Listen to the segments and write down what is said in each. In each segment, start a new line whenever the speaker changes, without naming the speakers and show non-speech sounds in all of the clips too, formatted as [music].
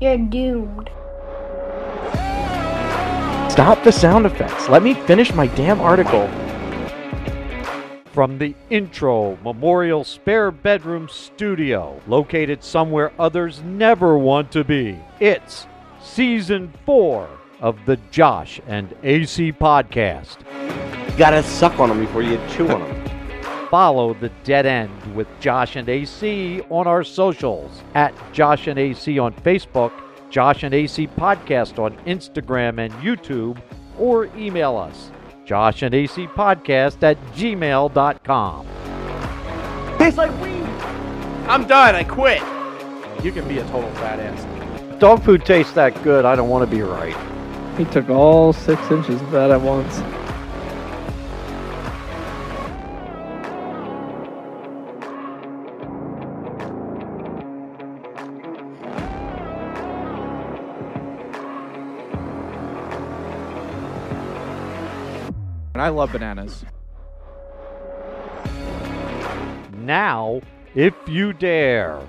You're doomed.
Stop the sound effects. Let me finish my damn article.
From the Intro Memorial Spare Bedroom Studio, located somewhere others never want to be, it's Season 4 of the Josh and AC Podcast.
You gotta suck on them before you chew on them.
Follow the dead end with Josh and AC on our socials at Josh and AC on Facebook, Josh and AC Podcast on Instagram and YouTube, or email us, Josh and AC Podcast at gmail.com.
Tastes like weed.
I'm done. I quit.
You can be a total fat ass.
Dog food tastes that good, I don't want to be right.
He took all six inches of that at once.
And I love bananas.
Now, if you dare,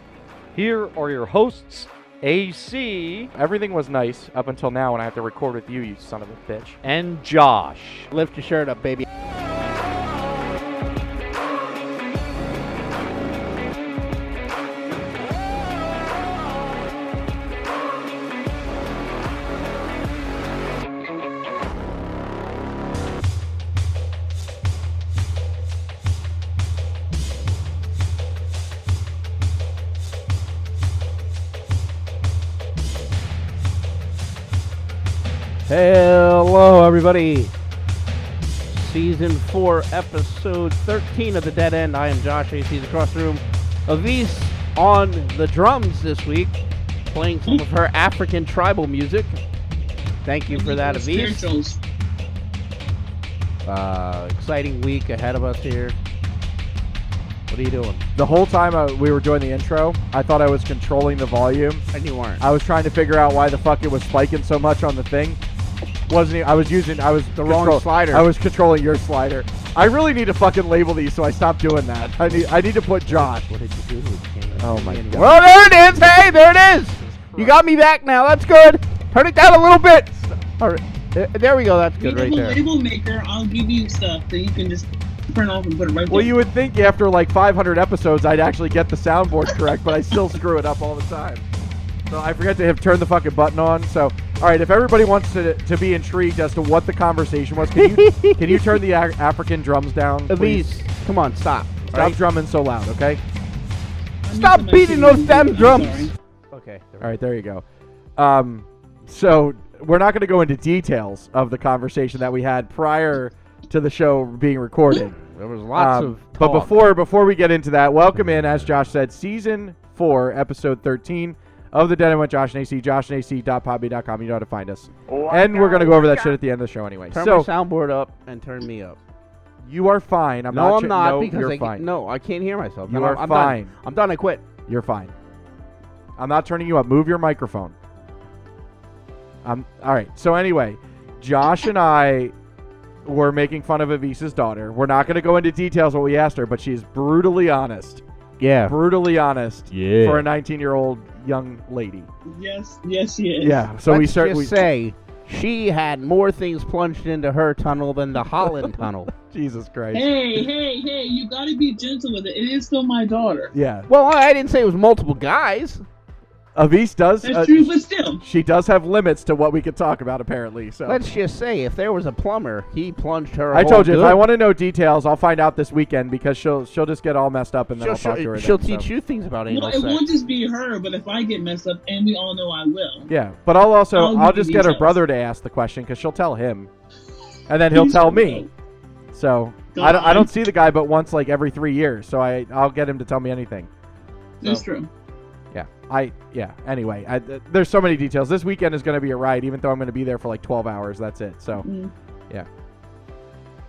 here are your hosts, AC
Everything was nice up until now when I have to record with you, you son of a bitch.
and Josh.
Lift your shirt up, baby.
Hello, everybody. Season 4, episode 13 of The Dead End. I am Josh AC's across the room. Avis on the drums this week, playing some of her African tribal music. Thank you for that, Avis.
Spirituals.
Uh, exciting week ahead of us here. What are you doing?
The whole time I, we were doing the intro, I thought I was controlling the volume.
And you weren't.
I was trying to figure out why the fuck it was spiking so much on the thing. Wasn't even, I was using I was the
wrong slider.
I was controlling your slider. I really need to fucking label these, so I stopped doing that. I need I need to put Josh.
What did you do?
Oh my God.
Well, there it is. Hey, there it is. You got me back now. That's good. Turn it down a little bit. All right. Th- There we go. That's
You
good
have
right [laughs]
a
there.
label maker, I'll give you stuff that you can just print off and put it right
Well,
there.
you would think after like 500 episodes, I'd actually get the soundboard correct, but I still screw it up all the time. So I forget to have turned the fucking button on. So, all right, if everybody wants to, to be intrigued as to what the conversation was, can you, can you turn the a- African drums down? please?
Elise, come on, stop.
Stop
All right?
drumming so loud, okay?
I'm
Stop
using my
beating those
keyboard.
damn
I'm
drums.
sorry.
Okay. there we
All right, there you go. Um, so we're not going to go into details of the conversation that we had prior to the show being recorded.
go. There was lots
Um,
of.
But
talk.
before before we get into that, welcome
[laughs]
in, as Josh said, season four, episode thirteen of the Dead End with Josh and AC, joshandac.podbean.com. You know how to find us. and we're gonna go over that shit at the end of the show anyway.
turn
so
my soundboard up and turn me up.
you are fine. I'm
no,
not.
I'm
ch-
not
no,
because
you're
I can-
fine.
no, I can't hear myself.
You
No,
are
I'm
fine.
Done. I'm done. I quit.
You're fine. I'm not turning you up. Move your microphone. I'm all right. So anyway, Josh and I were making fun of Avisa's daughter. We're not gonna go into details what we asked her, but she's brutally honest.
Yeah.
Brutally honest.
Yeah.
for a 19 year old young lady.
Yes, yes, she is.
Yeah. So
Let's
we start.
just
We,
say she had more things plunged into her tunnel than the
[laughs]
Holland tunnel.
Jesus Christ.
Hey, hey, hey, you gotta be gentle with it. It is still my daughter.
Yeah.
Well, I didn't say it was multiple guys.
Avis does.
That's
uh,
true, but still.
She does have limits to what we can talk about, apparently. So
Let's just say if there was a plumber, he plunged her.
I
whole
told you if
good-
I want to know details, I'll find out this weekend because she'll she'll just get all messed up and then
She'll,
I'll talk to her.
she'll, she'll
then, so.
teach you things about anal
Well, it
sex.
won't just be her, but if I get messed up, and we all know I will.
Yeah, but I'll also
I'll
I'll,
give you
just get her
details.
brother to ask the question because she'll tell him, and then he'll tell me. So I don't, I don't see the guy but once like every three years, so I I'll get him to tell me anything.
That's true.
Yeah, I yeah. Anyway, I, th- there's so many details. This weekend is going to be a ride, even though I'm going to be there for like 12 hours. That's it. So
Mm.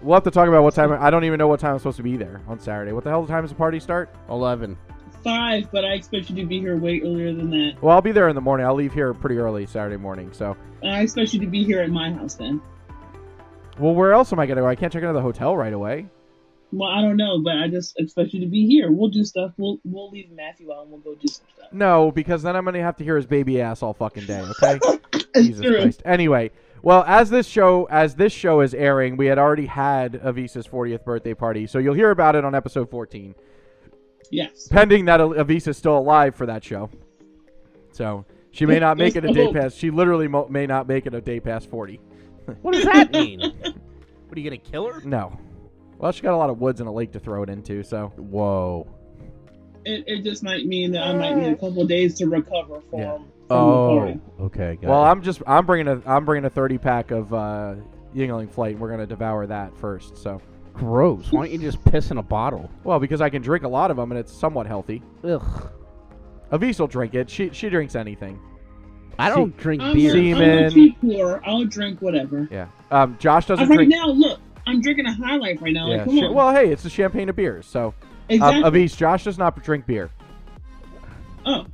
we'll have to talk about what time. I don't even know what time I'm supposed to be there on Saturday. What the hell time does the party start?
Eleven.
Five, but I expect you to be here way earlier than that.
Well, I'll be there in the morning. I'll leave here pretty early Saturday morning. So
And I expect you to be here at my house then.
well, where else am I going to go? I can't check into the hotel right away.
Well, I don't know, but I just expect you to be here. We'll do stuff. We'll we'll leave Matthew out and we'll go do some stuff.
No, because then I'm gonna have to hear his baby ass all fucking day. Okay.
[laughs] It's
Jesus
true.
Christ. Anyway, well, as this show as this show is airing, we had already had Avisa's 40th birthday party, so you'll hear about it on episode 14,
Yes.
pending that Avisa's still alive for that show. So she may not make it a day past. She literally mo- may not make it a day past 40.
What does that mean? what are you gonna kill her?
No. Well, she got a lot of woods and a lake to throw it into. So whoa.
It, it just might mean that I might need a couple days to recover from.
Yeah.
from
Oh.
The party.
Okay. Got
Well,
it.
I'm just I'm bringing a I'm bringing a 30 pack of uh, Yingling Flight, and we're gonna devour that first. So
gross. Why don't you just piss in a bottle?
well, because I can drink a lot of them and it's somewhat healthy.
Ugh.
Avisa will drink it. She she drinks anything.
I don't drink
I'm,
beer.
A, I'm
Semen.
a cheap whore. I'll drink whatever.
Yeah. Um, Josh
Uh,
doesn't
right
drink.
now, look, I'm drinking a high life right now.
yeah.
like, come
sure.
on.
Well, hey, it's the champagne of beers. So
exactly.
um, Avis, Josh does not drink beer.
oh,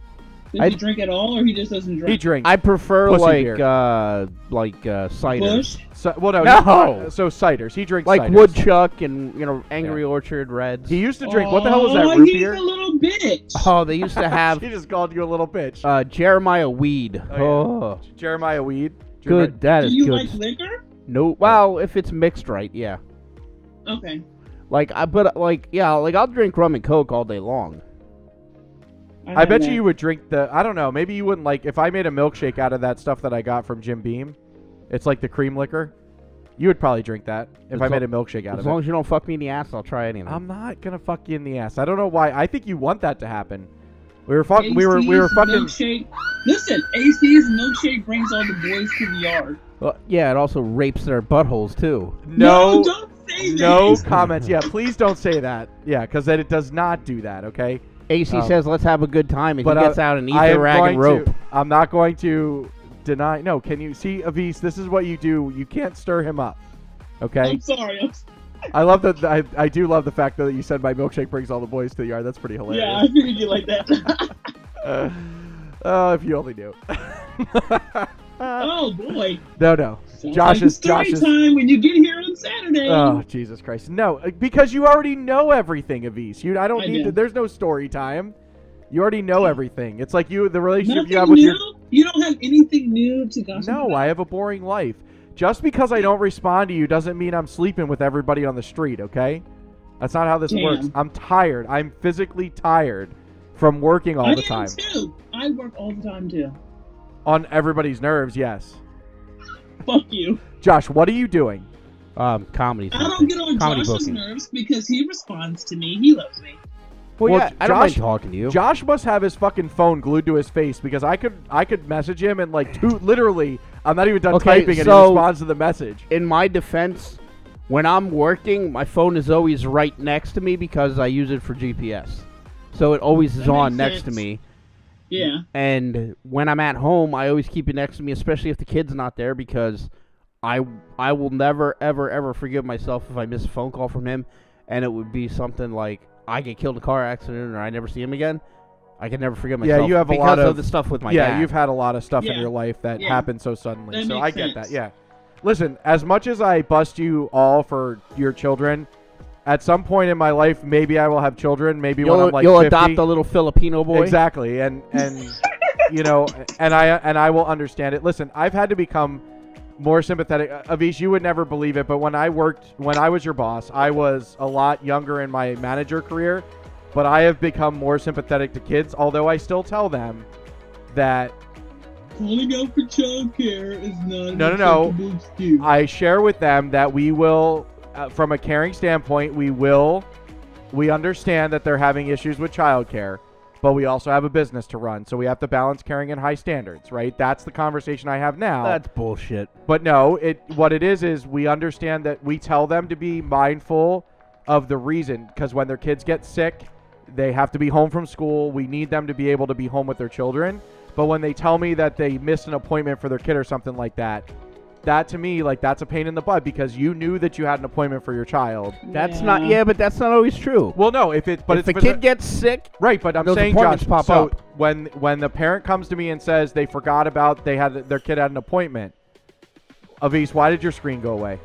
does
I-
he drink at all, or he just doesn't drink?
He drinks.
I prefer
Pussy
like
beer.
uh like uh cider.
Bush.
So, well, no.
No!
he- so ciders. He drinks
Like
ciders.
woodchuck and you know Angry Orchard Reds.
He used to drink. what the hell was that?
Aw,
Root
he's
beer.
a little bitch.
oh, they used
[laughs]
to have
He just called you a little bitch.
uh Jeremiah Weed.
Oh, yeah.
Oh,
Jeremiah Weed. Jeremiah-
good. That
Do
is
you
good.
like liquor?
no, well, if it's mixed right, yeah.
Okay.
Like I but like yeah, like I'll drink rum and coke all day long.
I bet
have
you
that.
you would drink the. I don't know. Maybe you wouldn't like if I made a milkshake out of that stuff that I got from Jim Beam. It's like the cream liquor. You would probably drink that if
As
I made
lo-
a milkshake out
As
of
long
it. Um,
as you don't fuck me in the ass, I'll try anything.
I'm not gonna fuck you in the ass. I don't know why. I think you want that to happen. We were fucking. We were. We were
AC's
fucking.
Milkshake. Listen, AC's milkshake brings all the boys to the yard.
Well, yeah, it also rapes their buttholes too.
No.
don't say that.
No comments. Yeah, please don't say that. Yeah, because then it does not do that. Okay.
AC
Oh.
says, "Let's have a good time," and
But
he
I-
gets out an
I am
ether rag and
going
rope.
to- I'm not going to deny. No. Can you see Avis? This is what you do. You can't stir him up. Okay.
I'm sorry. I'm,
I love that. I, I do love the fact though that you said my milkshake brings all the boys to the yard. That's pretty
yeah,
hilarious.
I figured you like that. [laughs]
Uh, [laughs] oh, if you only knew.
oh boy.
no, no.
Sounds
Josh
like
is-
story
Josh is-
time when you get here on Saturday.
Oh, Jesus Christ. No, uh, because you already know everything, Avis. You, I don't
I
need
do.
to. There's no story time. You already know everything. It's like you, the relationship
Nothing
you have with
new?
your.
You don't have anything new to gossip
No,
about?
I have a boring life. Just because I don't respond to you doesn't mean I'm sleeping with everybody on the street, okay? That's not how this
Damn.
works. I'm tired. I'm physically tired from working all
I
the
am
time.
too. I work all the time too.
On everybody's nerves, yes.
Fuck you.
Josh, what are you doing?
Um, comedy.
I don't
something.
get on
comedy
Josh's
booking.
nerves because he responds to me. He loves me.
Well,
Well,
yeah, I don't
Josh-
mind talking to you.
Josh must have his fucking phone glued to his face because I could I could message him and like two literally I'm not even done
Okay,
typing and he
so-
responds to the message.
In my defense, when I'm working, my phone is always right next to me because I use it for GPS, so it always is
That
on
makes
next to
sense.
me.
Yeah.
And when I'm at home, I always keep it next to me, especially if the kid's not there, because I I will never ever ever forgive myself if I miss a phone call from him, and it would be something like I get killed in a car accident or I never see him again. I can never forgive
Yeah,
myself.
you have a
because
lot
of,
of-
the stuff with my
yeah,
dad.
you've had a lot of stuff in
Yeah.
your life that
Yeah.
happened so suddenly.
That
so I
makes
get
sense.
that. Yeah. Listen, as much as I bust you all for your children, at some point in my life maybe I will have children, maybe
you'll,
when I'm like
you'll
50.
adopt a little Filipino boy.
Exactly, and and you know, and I and I will understand it. Listen, I've had to become more sympathetic. Uh, Avish, you would never believe it, but when I worked, when I was your boss, I was a lot younger in my manager career, but I have become more sympathetic to kids. Although I still tell them that
Calling out for childcare is not an
No, no, no.
acceptable excuse.
I share with them that we will, uh, from a caring standpoint, we will, we understand that they're having issues with childcare, but we also have a business to run, so we have to balance caring and high standards, right? That's the conversation I have
Oh.
now.
That's bullshit.
but no, it what it is is we understand that we tell them to be mindful of the reason because when their kids get sick, they have to be home from school. We need them to be able to be home with their children. But when they tell me that they missed an appointment for their kid or something like that, that to me like that's a pain in the butt because you knew that you had an appointment for your child.
That's not yeah, but that's not always true.
Well, no, if it but
if
it's
the
for
kid gets sick,
Right, but I'm
Those
saying,
appointments
Josh.
pop
so
up.
when when the parent comes to me and says they forgot about they had their kid had an appointment, Avis, why did your screen go away?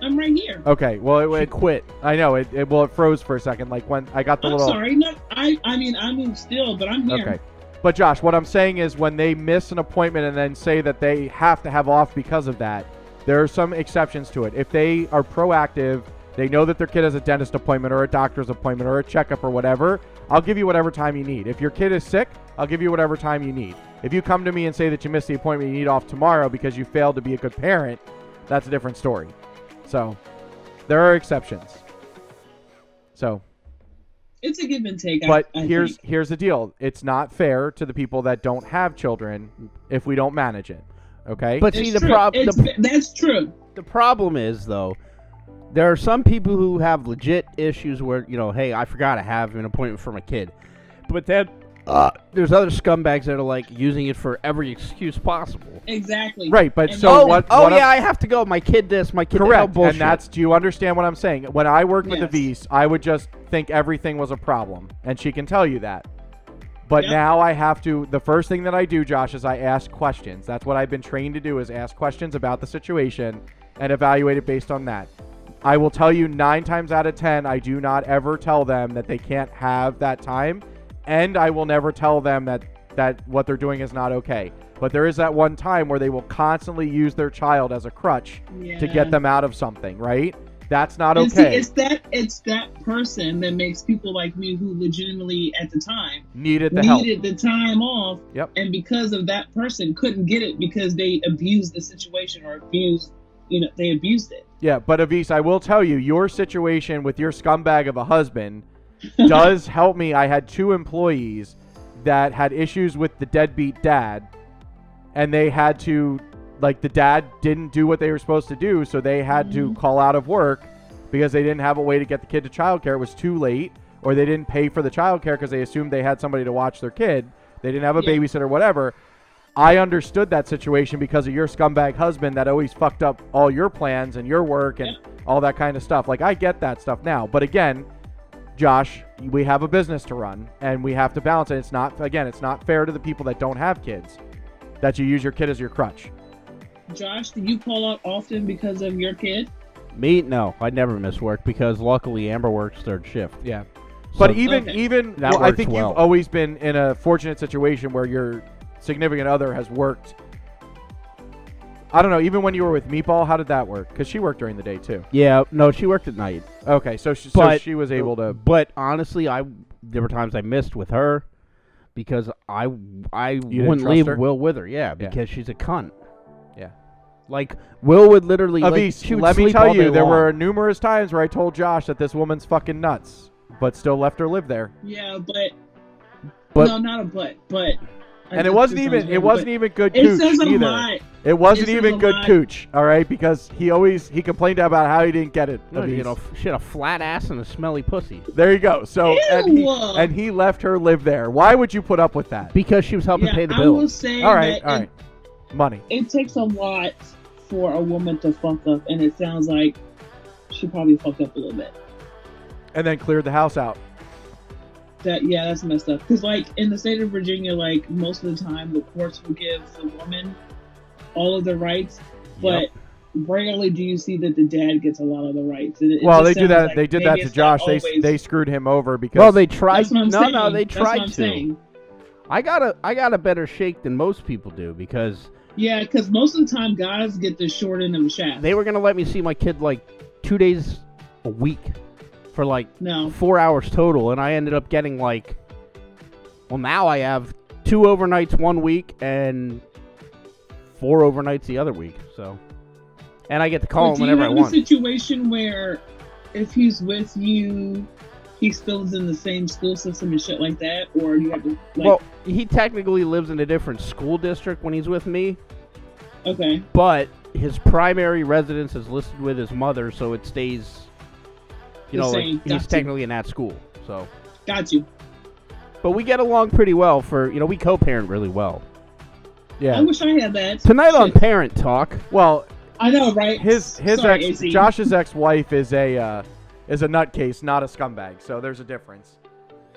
I'm right here.
Okay, well, it,
She
it,
quit.
I know it, it. Well, it froze for a second, like when I got the
I'm
little.
sorry. Not I. I mean, I mean, still, but I'm here.
Okay. But Josh, what I'm saying is when they miss an appointment and then say that they have to have off because of that, there are some exceptions to it. If they are proactive, they know that their kid has a dentist appointment or a doctor's appointment or a checkup or whatever, I'll give you whatever time you need. If your kid is sick, I'll give you whatever time you need. If you come to me and say that you missed the appointment you need off tomorrow because you failed to be a good parent, that's a different story. So, there are exceptions. So,
It's a give and take. I-
but
I,
here's
think.
here's the deal. It's not fair to the people that don't have children if we don't manage it. Okay?
But
It's
see, the
true.
problem
It's-
the,
that's true.
the problem is though, there are some people who have legit issues where you know, hey, I forgot to have an appointment for my kid, but then uh, there's other scumbags that are like using it for every excuse possible.
Exactly.
right, but
And
so
then-
oh,
what
oh
what I'm-
yeah, i have to go. My kid this, my kid that. Oh,
correct.
bullshit.
and that's do you understand what I'm saying? When I worked with Avise,
Yes.
I would just think everything was a problem and she can tell you that. But
Yep.
now I have to the first thing that I do, Josh, is I ask questions. That's what I've been trained to do is ask questions about the situation and evaluate it based on that. I will tell you nine times out of 10, I do not ever tell them that they can't have that time. And I will never tell them that, that what they're doing is not okay. But there is that one time where they will constantly use their child as a crutch to
Yeah.
get them out of something, right? That's not
And see,
okay.
it's that it's that person that makes people like me who legitimately at the time
Needed the help.
needed the time off,
Yep.
and because of that person couldn't get it because they abused the situation or abused, you know, they abused it.
Yeah, but Avise, I will tell you, your situation with your scumbag of a husband [laughs] does help me. I had two employees that had issues with the deadbeat dad, and they had to, like, the dad didn't do what they were supposed to do, so they had to
Mm-hmm.
call out of work because they didn't have a way to get the kid to childcare. It was too late, or they didn't pay for the childcare because they assumed they had somebody to watch their kid. They didn't have a
Yeah.
babysitter, whatever. I understood that situation because of your scumbag husband that always fucked up all your plans and your work and all that kind of stuff. Like, I get that stuff now. But again, Josh, we have a business to run and we have to balance it. It's not, again, it's not fair to the people that don't have kids that you use your kid as your crutch.
Josh, do you call out often because of your kid?
Me? No, I never miss work because luckily Amber works third shift.
Yeah. But
So-
even,
Okay.
even,
That
well, I
works
think
well.
you've always been in a fortunate situation where your significant other has worked. I don't know, even when you were with Meatball, how did that work? Because she worked during the day too.
Yeah, no, she worked at night.
Okay, so she, so
But-
she was able to.
Uh, But honestly, I there were times I missed with her because I I
didn't
wouldn't
trust
leave
her?
Will with her. Yeah,
Yeah.
because she's a cunt.
Yeah.
Like Will would literally like,
Avise,
she would
let me
sleep
tell
all
you,
day
there
long.
were numerous times where I told Josh that this woman's fucking nuts, but still left her live there.
Yeah, but,
But-
no, not a but, but.
And it wasn't even it wasn't even good
It
cooch
says a
either.
lot.
It wasn't
It says
even
a
good
lot.
cooch, all right? Because he always he complained about how he didn't get it.
No,
Avise.
you know, she had a flat ass and a smelly pussy
there you go. So and he,
Ew.
and he left her live there. Why would you put up with that?
because she was helping
Yeah,
pay the
I will
bills.
say
All right,
that
all
it-
right. Money.
It, takes a lot for a woman to fuck up, and it sounds like she probably fucked up a little bit.
And then cleared the house out.
That yeah, that's messed up. Because like in the state of Virginia, like most of the time, the courts will give the woman all of the rights, but rarely do you see that the dad gets a lot of the rights. And it- it
well, they
just
do
sounds
that
like
they did
maybe
that to
it's not
Josh. They
always-
they screwed him over because
Well, they tried.
That's what I'm
no,
saying.
no, they
That's
tried
what I'm
to.
saying.
I got a I got a better shake than most people do because
Yeah, because most of the time guys get the short end of the shaft.
they were gonna let me see my kid like two days a week for like
no.
four hours total, and I ended up getting like, well, now I have two overnights one week and four overnights the other week. So, and I get to call
But
him
do
whenever
you
I
have
want.
a situation where if he's with you, he still is in the same school system and shit like that, or you have to like
well, he technically lives in a different school district when he's with me,
okay,
but his primary residence is listed with his mother, so it stays. You
The
know,
same.
like
Got
he's
you.
technically in that school. So,
got you.
but we get along pretty well. For you know, we co-parent really well.
I
Yeah.
wish I had that.
Tonight on
Shit.
Parent Talk,
Well,
I know, right?
his his
Sorry,
ex
AC.
Josh's ex-wife is a uh, is a nutcase, not a scumbag. So there's a difference.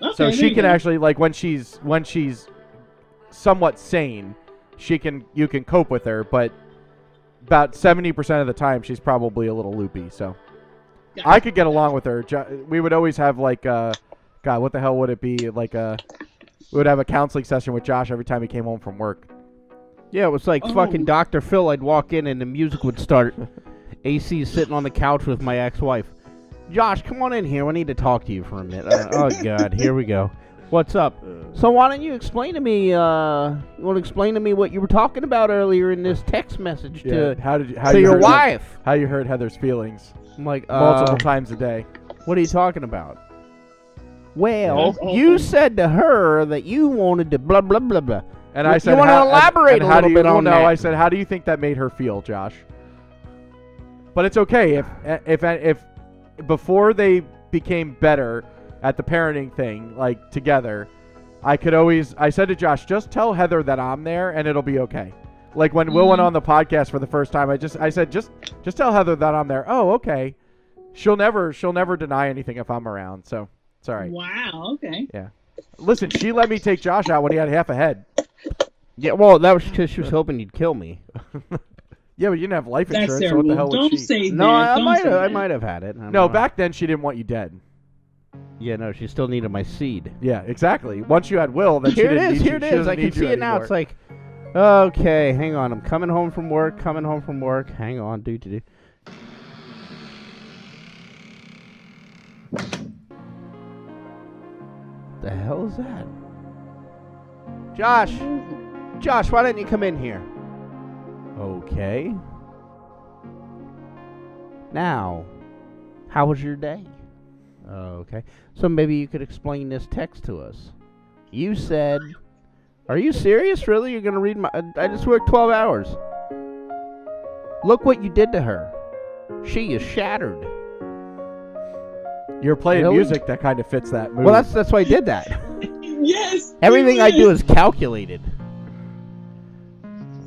Okay,
So
there
she
you
can
go.
actually like when she's when she's somewhat sane, she can you can cope with her, but about 70% of the time she's probably a little loopy so i could get along with her Jo- we would always have like uh god what the hell would it be like uh we would have a counseling session with josh every time he came home from work
Yeah, it was like
Oh.
fucking Dr. Phil. I'd walk in and the music would
[laughs]
start. AC's sitting on the couch with my ex wife. Josh, come on in here. We need to talk to you for a minute. Uh, oh, God. Here
[laughs]
we go. What's up?
Uh.
So, why don't you explain to me, uh, you want to explain to me what you were talking about earlier in this text message to,
how did you how
to
you
your
hurt-
wife?
how you hurt heather's feelings
I'm like,
multiple
uh,
times a day
what are you talking about? Well,
That's awful.
you said to her that you wanted to blah, blah, blah, blah.
and
You-
i
you
said
wanna
how,
elaborate
and,
a
and how
little
do you,
bit
well,
on
no
that?
i said how do you think that made her feel josh but it's okay if if if before they became better at the parenting thing like together i could always i said to josh just tell heather that i'm there and it'll be okay like when will
Mm-hmm.
went on the podcast for the first time i just i said just just tell heather that i'm there oh okay she'll never she'll never deny anything if i'm around so it's all right
Wow. Okay.
listen she let me take josh out when he had half a head
Yeah, well, that was because she was hoping you'd kill me.
yeah but you didn't have life
That's
insurance so what
terrible.
the hell would
Don't
she
say that.
No, I, I
Don't
might
say
have. I
that.
might have had it. I don't
[laughs] no
know.
back then she didn't want you dead
Yeah, no, she still needed my seed.
yeah exactly once you had will then she
here it
didn't
is.
need
Here
you.
it
She
is.
doesn't
I can
need
see
you
it now.
anymore.
It's like, okay, hang on. I'm coming home from work. Coming home from work. Hang on, do do do. The hell is that? Josh, Josh, why didn't you come in here? Okay. Now, how was your day? Okay. So maybe you could explain this text to us. You said, "Are you serious? Really? You're gonna read my? I- I just worked 12 hours. Look what you did to her. She is shattered."
You're playing
Really?
music that kind of fits that mood.
Well, that's that's why I did that.
Yes.
Everything I do
yes.
is calculated.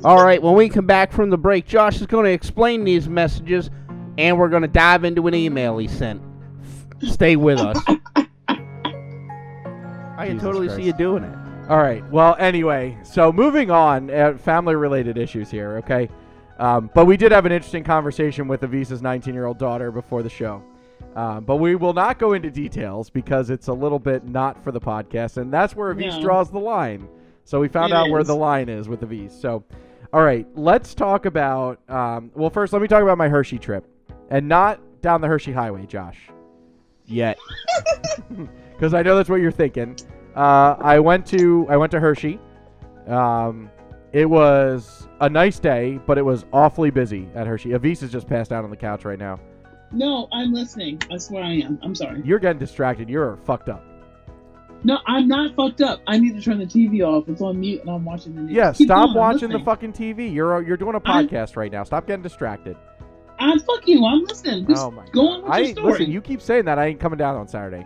All right, when we come back from the break, Josh is going to explain these messages, and we're going to dive into an email he sent. Stay with us. I can
Jesus
totally see
Christ.
you doing it.
all right. Well, anyway, so moving on, uh, family-related issues here. Okay, um, but we did have an interesting conversation with Avisa's 19-year-old daughter before the show. Um, but we will not go into details because it's a little bit not for the podcast, and that's where Avise
No.
draws the line. So we found
It
out where
is.
the line is with Avise. So, all right, let's talk about. Um, well, first, let me talk about my Hershey trip, and not down the Hershey Highway, Josh.
Yet.
because I know that's what you're thinking. Uh, I went to I went to Hershey. Um, it was a nice day, but it was awfully busy at Hershey. Avis is just passed out on the couch right now.
No, I'm listening. That's what I am. I'm sorry.
You're getting distracted. You're fucked up.
No, I'm not fucked up. I need to turn the TV off. It's on mute, and I'm watching the news.
Yeah,
Keep
stop
going, I'm
watching the
listening.
fucking TV. You're you're doing a
I'm-
podcast right now. Stop getting distracted.
I'm fuck you. I'm listening. Just
oh my
go
god!
on with
I
your
ain't-
story.
listen. You keep saying that. I ain't coming down on Saturday.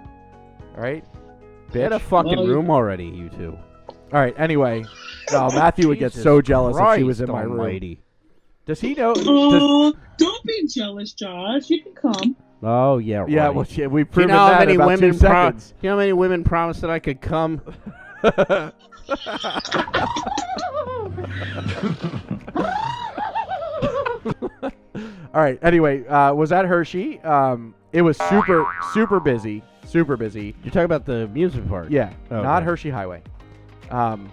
All right,
Get
bitch.
a fucking
Well, you-
room already, you two.
All right. Anyway,
[laughs]
oh, Matthew would get
Jesus
so jealous if she was in
Christ
my room.
almighty.
Does he
[laughs]
know? does-
Oh, don't be jealous, Josh. You can come.
Oh, yeah, right.
Yeah, well, shit, we've
Do you
proven
know how
that
many
in about
women
two
pro-
seconds.
you know how many women promised that I could come?
All right. Anyway, uh, was at Hershey. Um, it was super, super busy, super busy.
You're talking about the music part.
Yeah,
Oh,
not
okay.
Hershey Highway. Um,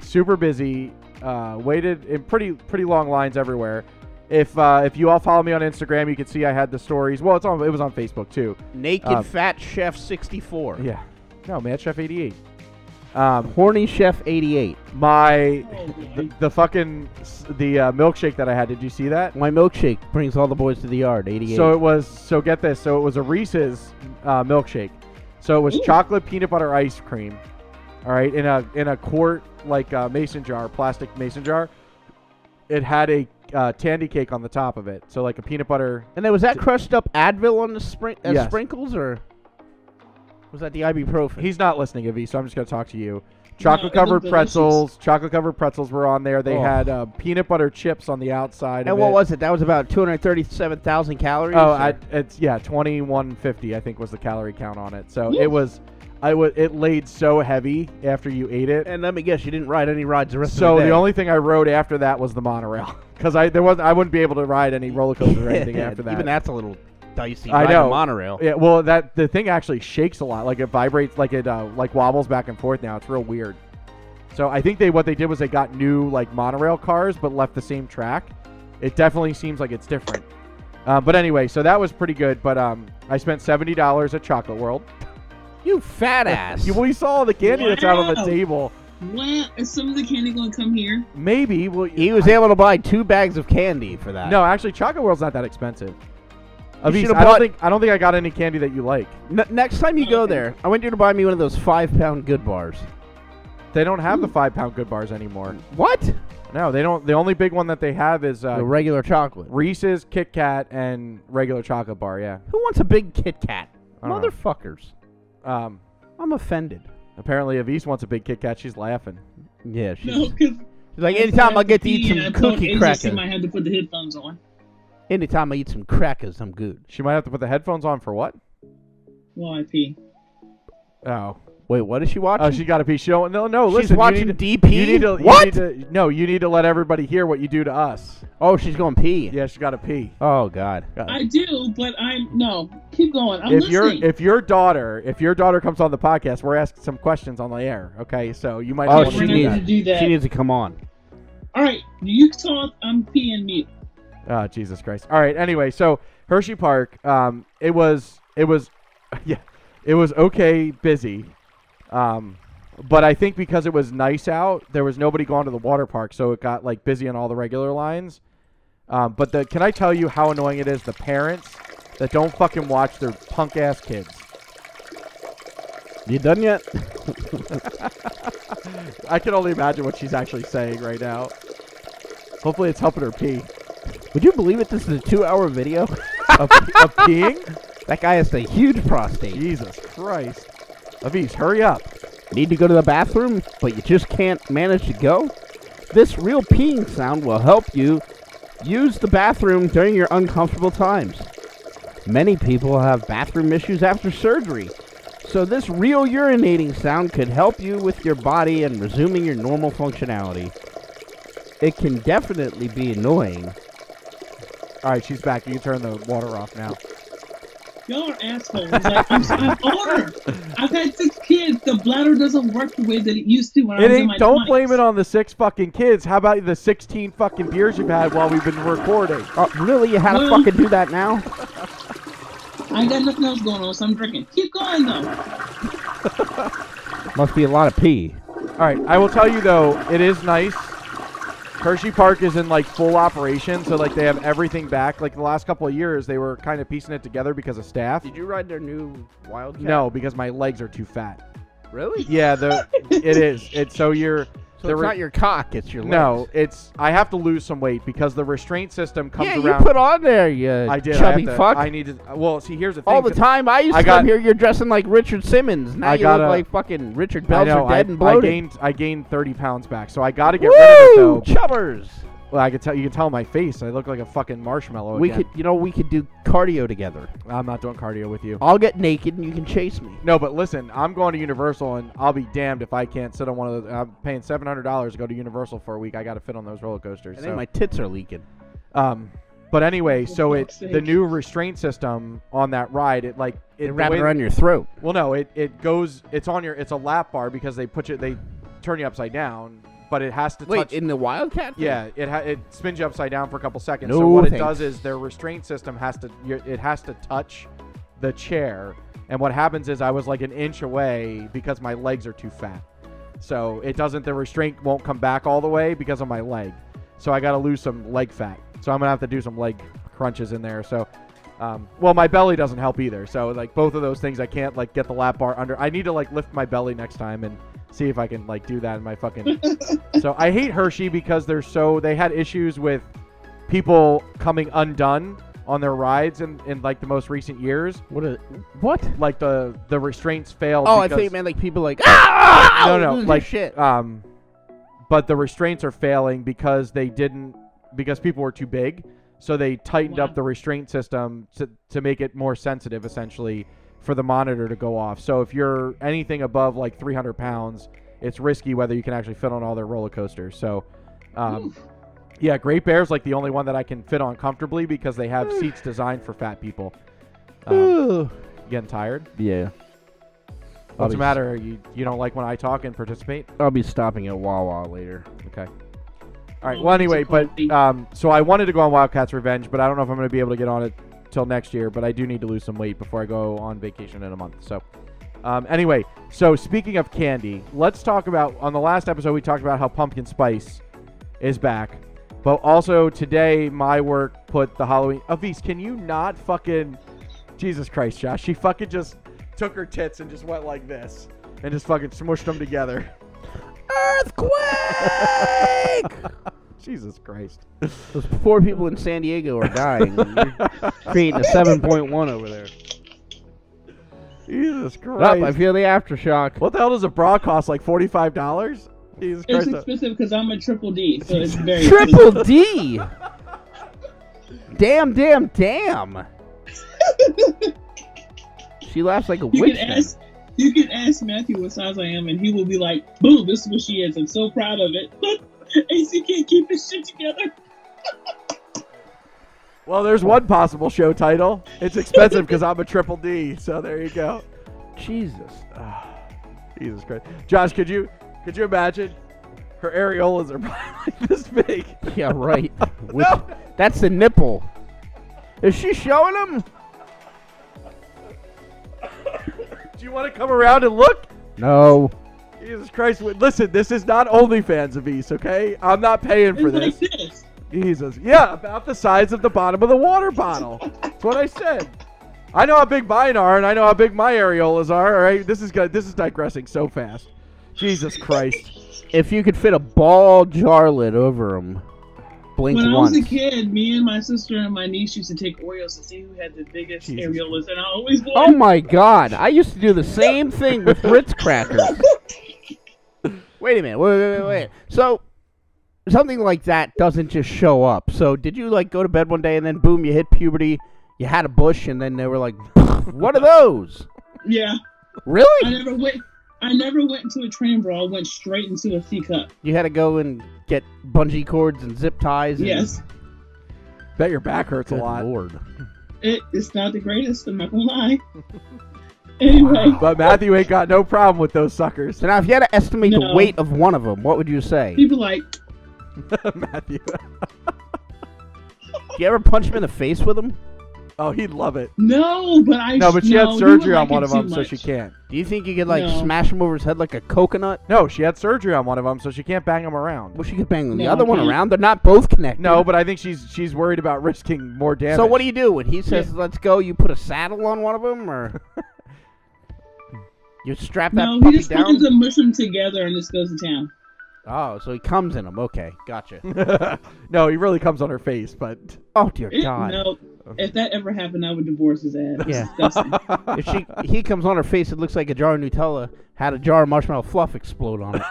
super busy. Uh, waited in pretty, pretty long lines everywhere. If uh, if you all follow me on Instagram, you can see I had the stories. Well, it's on. It was on Facebook too.
Naked
Um,
Fat Chef 64.
Yeah. No, Mad Chef 88. Um,
Horny Chef 88.
my
Oh, boy.
the, the fucking s- the uh, milkshake that I had. Did you see that?
My milkshake brings all the boys to the yard. 88.
So it was. So get this. So it was a Reese's uh, milkshake. So it was
Ooh.
chocolate peanut butter ice cream. All right, in a in a quart like uh, mason jar, plastic mason jar. It had a uh, tandy cake on the top of it. So like a peanut butter.
and then was that crushed up Advil on the sprin- as
Yes.
sprinkles or was that the ibuprofen?
He's not listening, Evie. So I'm just gonna talk to you.
No,
Chocolate
it looked
covered
delicious.
pretzels. Chocolate covered pretzels were on there. They
Oh.
had uh, peanut butter chips on the outside.
and
of
what
it.
was it? That was about 237,000 calories.
Oh,
or-
I, it's yeah, twenty one fifty. I think was the calorie count on it. So
Woo.
it was I was it laid so heavy after you ate it.
And let me guess, you didn't ride any rides the rest
so
of the
the,
day.
only thing I rode after that was the monorail [laughs] because I there was I wouldn't be able to ride any roller
[laughs]
coaster or anything after that.
Even that's a little dicey.
I
riding
know.
a monorail.
Yeah, well, that the thing actually shakes a lot. Like it vibrates, like it uh, like wobbles back and forth. Now it's real weird. So I think they what they did was they got new like monorail cars, but left the same track. It definitely seems like it's different. Uh, but anyway, so that was pretty good. But um, I spent seventy dollars at Chocolate World.
You fat ass.
[laughs] You, we saw the candy that's out on the
Wow.
table.
Well, is some of the candy going to come here?
Maybe well,
he was able to buy two bags of candy for that.
no, actually, Chocolate World's not that expensive. Avis,
should've
I don't
bought-
think I don't think I got any candy that you like.
N- next time you go there, I want you to buy me one of those five pound good bars.
They don't have the five pound good bars anymore.
What?
No, they don't. The only big one that they have is uh,
the regular chocolate.
Reese's, Kit Kat, and regular chocolate bar. Yeah.
Who wants a big Kit Kat?
I don't know.
Motherfuckers.
Um,
I'm offended.
apparently, Avis wants a big Kit Kat. She's laughing.
Yeah, she's,
No, because
she's like, anytime I get to eat
I
some
told
cookie
Asia She
crackers,
might have to put the headphones on.
anytime I eat some crackers, I'm good.
She might have to put the headphones on for what?
YP.
Oh,
Wait, what is she watching?
oh, she got to pee. She don't. No, no.
She's
Listen, you
watching
need to-
DP?
You need to, you
What?
need to- no, you need to let everybody hear what you do to us.
oh, she's going pee.
Yeah, she got to pee.
Oh, God.
I do, but I'm no. Keep going. I'm
if your
listening.
if your daughter if your daughter comes on the podcast, we're asking some questions on the air. Okay, so you might.
Oh,
not
she
wanna
We're not
do
needs-
gonna do that.
She needs to come on.
All right, you talk. I'm peeing me.
Oh, Jesus Christ. All right. Anyway, so Hershey Park, um, it was, it was, [laughs] yeah, it was okay busy. Um, but I think because it was nice out, there was nobody going to the water park. So it got like busy on all the regular lines. Um, but the, can I tell you how annoying it is? The parents that don't fucking watch their punk ass kids.
You done yet? [laughs]
[laughs] I can only imagine what she's actually saying right now. Hopefully it's helping her pee.
Would you believe it? This is a two hour video?
A, a peeing?
that guy has a huge prostate.
Jesus Christ. Avis, hurry up.
Need to go to the bathroom, but you just can't manage to go? This real peeing sound will help you use the bathroom during your uncomfortable times. Many people have bathroom issues after surgery, so this real urinating sound could help you with your body and resuming your normal functionality. It can definitely be annoying.
All right, she's back. You can turn the water off now.
Y'all are assholes. Like, I'm,
[laughs]
I'm older. I've had six kids. The bladder doesn't work the way that it used to when I
It
was in
ain't,
my
don't blame it on the six fucking kids. How about the 16 fucking beers you've had while we've been recording?
Oh, really? You had to
Well-
fucking do that now?
I ain't got nothing else going on, so I'm drinking. Keep going though.
Must be a lot of pee.
All right, I will tell you though, it is nice. Hershey Park is in like full operation, so like they have everything back. Like the last couple of years, they were kind of piecing it together because of staff.
you ride their new Wildcat?
No, because my legs are too fat.
Really?
Yeah, the [laughs] it is. It's so you're
So
the
it's
re-
not your cock, it's your legs.
no. It's I have to lose some weight because the restraint system comes
yeah,
around.
you put on there, you
I did. I,
chubby
have to-
fuck.
I needed. Well, see, here's the thing.
All the time, I used
I
to
got-
come here, you're dressing like Richard Simmons. Now
I
you
gotta-
look like fucking Richard
I
Belzer,
know.
dead
I,
and bloated.
I gained I gained 30 pounds back, so I got to get rid
Woo!
of it though.
Chubbers!
Well, I could tell you can tell my face. I look like a fucking marshmallow.
We
again.
could, you know, we could do cardio together.
I'm not doing cardio with you.
I'll get naked and you can chase me.
No, but listen, I'm going to Universal, and I'll be damned if I can't sit on one of those. I'm paying $700 to go to Universal for a week. I got to fit on those roller coasters.
And
so-
then my tits are leaking.
um, but anyway, so
For
it
fuck's
the
sake.
new restraint system on that ride. It like it
They
the
wrap
way-
it around your throat.
Well, no, it, it goes. It's on your. It's a lap bar because they put you. They turn you upside down, but it has to
Wait,
touch.
in the Wildcat? thing?
Yeah, it ha- it spins you upside down for a couple seconds. so
No
what it
thanks.
does is their restraint system has to your- it has to touch the chair, and what happens is I was like an inch away because my legs are too fat, so it doesn't the restraint won't come back all the way because of my leg, so I got to lose some leg fat. So I'm gonna have to do some leg crunches in there. So. Um, well, my belly doesn't help either. So, like both of those things, I can't like get the lap bar under. I need to like lift my belly next time and see if I can like do that in my fucking so I hate Hershey because they're so they had issues with people coming undone on their rides in, in like the most recent years.
What? A, what?
Like the the restraints failed.
Oh, I
because,
thought you meant like people like, ah!
no no
lose their
like
shit.
um, but the restraints are failing because they didn't because people were too big, so they tightened
Wow.
up the restraint system to to make it more sensitive essentially for the monitor to go off. So if you're anything above like 300 pounds, it's risky whether you can actually fit on all their roller coasters. So, um, yeah, Great Bear's like the only one that I can fit on comfortably because they have seats designed for fat people. Um,
Ooh.
getting tired?
Yeah.
What's
Obvious.
the matter? You you don't like when I talk and participate?
I'll be stopping at Wawa later.
Okay. All right.
Oh,
Well,
it's a
anyway, but
coffee.
um, so I wanted to go on Wildcats Revenge, but I don't know if I'm going to be able to get on it till next year. But I do need to lose some weight before I go on vacation in a month. So, um, anyway, so speaking of candy, let's talk about on the last episode we talked about how pumpkin spice is back, but also today my work put the Halloween. Avis, can you not fucking Jesus Christ, Josh? She fucking just took her tits and just went like this and just fucking smushed them together. [laughs] Jesus Christ.
[laughs]
[laughs]
Those poor people in San Diego are
[laughs]
dying. You're creating a 7.1 over there.
Jesus
Up,
Christ.
I feel the aftershock.
what the hell does a bra cost? Like forty five dollars? Jesus
It's
Christ.
expensive because I'm a triple D,
[laughs]
so it's very
Triple
[laughs]
D. damn, damn, damn. she laughs like a
You
witch.
can
then.
ask. You can ask Matthew what size I am, and he will be like, "Boom! This is what she is. I'm so proud of it." [laughs] Look, AC can't keep his shit together.
Well, there's one possible show title. It's expensive because I'm a triple D, so there you go.
Jesus.
Jesus Christ. Josh, could you could you imagine? Her areolas are [laughs] probably like this big.
Yeah, right. Which, That's the nipple. Is she showing him?
Do you want to come around and look?
No.
Jesus Christ. wait, Listen, this is not OnlyFans of East, okay? I'm not paying
It's
for
like
this.
this.
Jesus. Yeah, about the size of the bottom of the water bottle. That's what I said. I know how big mine are, and I know how big my areolas are. All right, this is good. This is digressing so fast. Jesus Christ.
If you could fit a ball jar lid over him, blink
When
once.
I was a kid, me and my sister and my niece used to take Oreos to see who had the biggest
Jesus.
areolas, and I always won.
Oh my god! I used to do the same thing with Ritz crackers. wait a minute. Wait, wait, wait, wait. So something like that doesn't just show up. So did you like go to bed one day and then boom, you hit puberty, you had a bush, and then they were like, [laughs] "What are those?"
[laughs] Yeah, I
Really?
never went. I never went into a train brawl. I went straight into a C cup.
You had to go and get bungee cords and zip ties. And,
Yes,
Bet your back hurts a
Good
lot.
lord.
it, it's not the greatest. I'm not
[laughs]
gonna lie. Anyway,
But Matthew ain't got no problem with those suckers. [laughs]
So now, if you had to estimate the
No.
weight of one of them, what would you say?
people like
Matthew.
Do you ever punch him in the face with them?
Oh, he'd love it.
no, but I
No, but she
no,
had
you
surgery
would
on
like
one
it
of
too
them, so she
much.
can't.
Do you think you could like
No.
smash him over his head like a coconut?
No, she had surgery on one of them, so she can't bang him around.
Well, she could bang the
No,
other
I
one
can't.
around. They're not both connected.
No, but I think she's she's worried about risking more damage.
So what do you do when he says, "Let's go"? You put a saddle on one of them,
[laughs]
or you strap that
No, he
puppy
just fucking
down?
to mush them together and just goes to town.
Oh, so he comes in him. Okay,
[laughs]
gotcha.
no, he really comes on her face, but
oh dear
It-
God!
No, if that ever happened, I would divorce his ass.
Yeah.
Disgusting.
[laughs]
[laughs]
If she he comes on her face, it looks like a jar of Nutella had a jar of marshmallow fluff explode on it.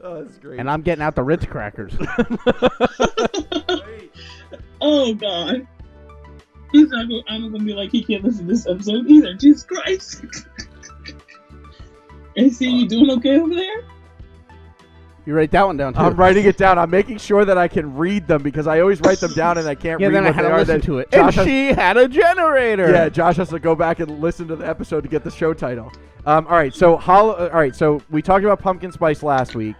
[laughs] oh, that's great.
and I'm getting out the Ritz crackers. [laughs]
oh God. He's not gonna, I'm gonna be like he can't listen to this episode either. Jesus Christ. [laughs] And see, you doing okay over there?
You write that one down too.
I'm writing it down. I'm making sure that I can read them because I
[laughs]
always write them down and I can't
Yeah,
read
then I
what
had
they
to
are.
listen
Then
to it. And
Josh has-
she had a generator.
yeah, Josh has to go back and listen to the episode to get the show title. Um, all right, so Hol- all right, so we talked about pumpkin spice last week.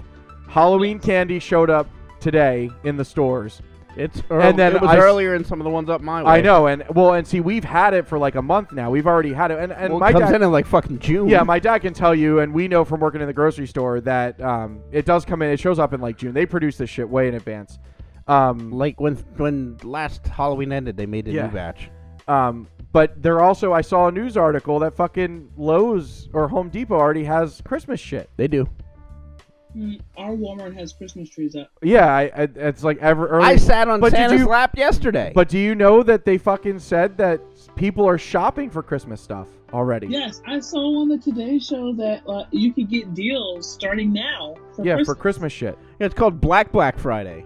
Halloween candy showed up today in the stores.
it's
And then
it was
I s-
earlier in some of the ones up my way.
I know, and well, and see, we've had it for like a month now. We've already had it, and and
Well, it
my
comes
dad,
in in like fucking June.
[laughs] yeah, my dad can tell you, and we know from working in the grocery store that um, it does come in. It shows up in like June. They produce this shit way in advance. Um,
like when when last Halloween ended, they made a
Yeah.
new batch.
Um, but they're also I saw a news article that fucking Lowe's or Home Depot already has Christmas shit.
They do.
Mm, Our Walmart has Christmas trees up.
Yeah, I, I it's like ever early.
I sat on
but did
Santa's
you-
lap yesterday.
But do you know that they fucking said that people are shopping for Christmas stuff already?
Yes, I saw on the Today Show that uh, you could get deals starting now. For
Yeah,
Christmas.
for Christmas shit.
it's called Black Black Friday.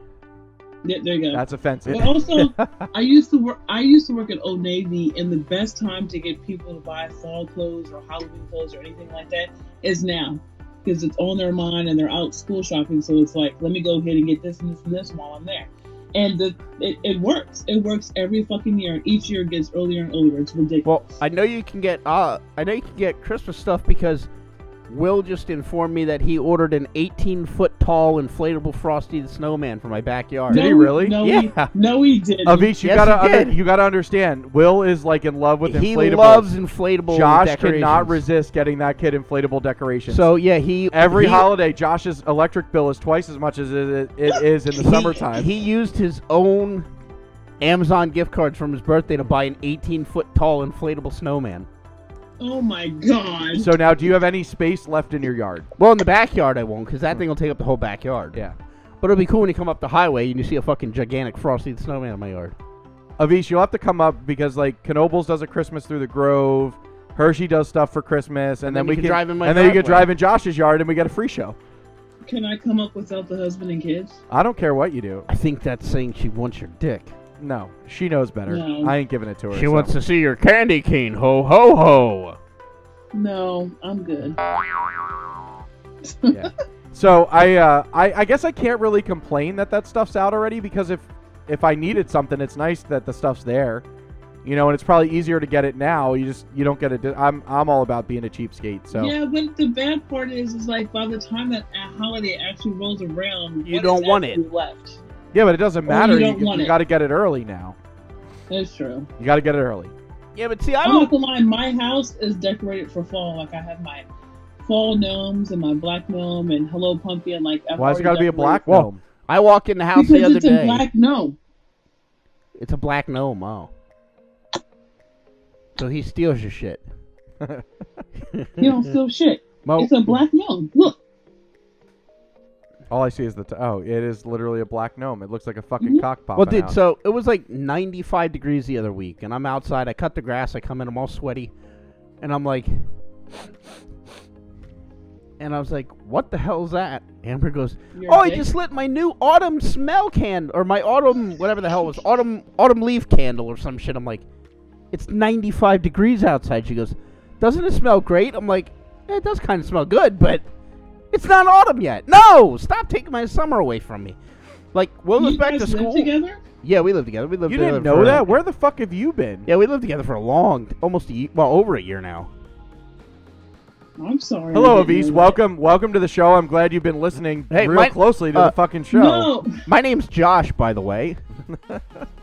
Yeah, there you go.
That's offensive.
But also, I used to work. I used to work at Old Navy, and the best time to get people to buy fall clothes or Halloween clothes or anything like that is now, because it's on their mind and they're out school shopping. So it's like, let me go ahead and get this and this and this while I'm there, and the it, it works. It works every fucking year. Each year gets earlier and older. It's ridiculous.
Well, I know you can get uh, I know you can get Christmas stuff because Will just informed me that he ordered an 18 foot tall inflatable Frosty the Snowman for my backyard.
no,
he really?
No,
Yeah.
he, no, he didn't.
Avish, you
Yes,
gotta
he
under,
did.
you gotta understand. Will is like in love with
he
inflatable.
loves inflatable.
Josh
decorations.
cannot resist getting that kid inflatable decorations.
So yeah, he
every
he,
holiday, Josh's electric bill is twice as much as it, it is
[laughs]
in the
he-
summertime.
He used his own Amazon gift cards from his birthday to buy an 18 foot tall inflatable snowman.
Oh my god.
so now, do you have any space left in your yard?
Well, in the backyard I won't, because that thing will take up the whole backyard.
Yeah.
But it'll be cool when you come up the highway and you see a fucking gigantic Frosty the Snowman in my yard.
Avish, you'll have to come up because like Knobles does a Christmas through the Grove, Hershey does stuff for Christmas, and,
then
we
you can drive in my
and then you can
driveway.
drive in Josh's yard, and we get a free show.
Can I come up without the husband and kids?
I don't care what you do.
I think that's saying she wants your dick.
No, she knows better.
No.
I ain't giving it to her.
She
so.
wants to see your candy cane. Ho ho ho.
No, I'm good.
yeah. So I, uh, I, I guess I can't really complain that that stuff's out already because if, if I needed something, it's nice that the stuff's there, you know, and it's probably easier to get it now. You just you don't get it. I'm I'm all about being a cheapskate. So
Yeah, but the bad part is, is like by the time that a holiday actually rolls around,
You
what
don't
is
want
actually Left.
Yeah, but it doesn't
you
matter.
don't want
you
it.
got to get it early now.
That's true.
You got to get it early.
Yeah, but see, I
I'm not
don't.
gonna lie. My house is decorated for fall. Like I have my fall gnomes and my black gnome and hello pumpy and like. I've
Why has it got to
already
be a black
decorated-
Well,
gnome?
I walked in the [laughs] house the
Because
other
it's
day.
a black gnome.
It's a black gnome. Oh. So he steals your shit.
You
[laughs]
don't steal shit.
Oh.
Mo,
It's a black gnome. Look,
all I see is the t- oh, it is literally a black gnome. It looks like a fucking
Mhm.
cock popping
Well, dude,
out.
so it was like 95 degrees the other week, and I'm outside. I cut the grass. I come in. I'm all sweaty, and I'm like, and I was like, "What the hell is that?" Amber goes,
Your
"Oh, I
dick.
just lit my new autumn smell candle, or my autumn whatever the hell it was autumn autumn leaf candle or some shit." I'm like, "It's 95 degrees outside." She goes, "Doesn't it smell great?" I'm like, "Yeah, "It does kind of smell good, but." It's not autumn yet. No, stop taking my summer away from me. Like, we'll
you
look back
guys
to
live
school.
together.
Yeah, we lived together. We lived
you
together
didn't know
for- uh,
that? Where the fuck have you been?
Yeah, we lived together for a long, almost a ye well over a year now.
I'm sorry. I
Hello,
didn't
Avis.
know that.
Welcome, welcome to the show. I'm glad you've been listening
Hey,
real
my-
closely to
uh,
the fucking show.
No,
My name's Josh, by the
[laughs]
way.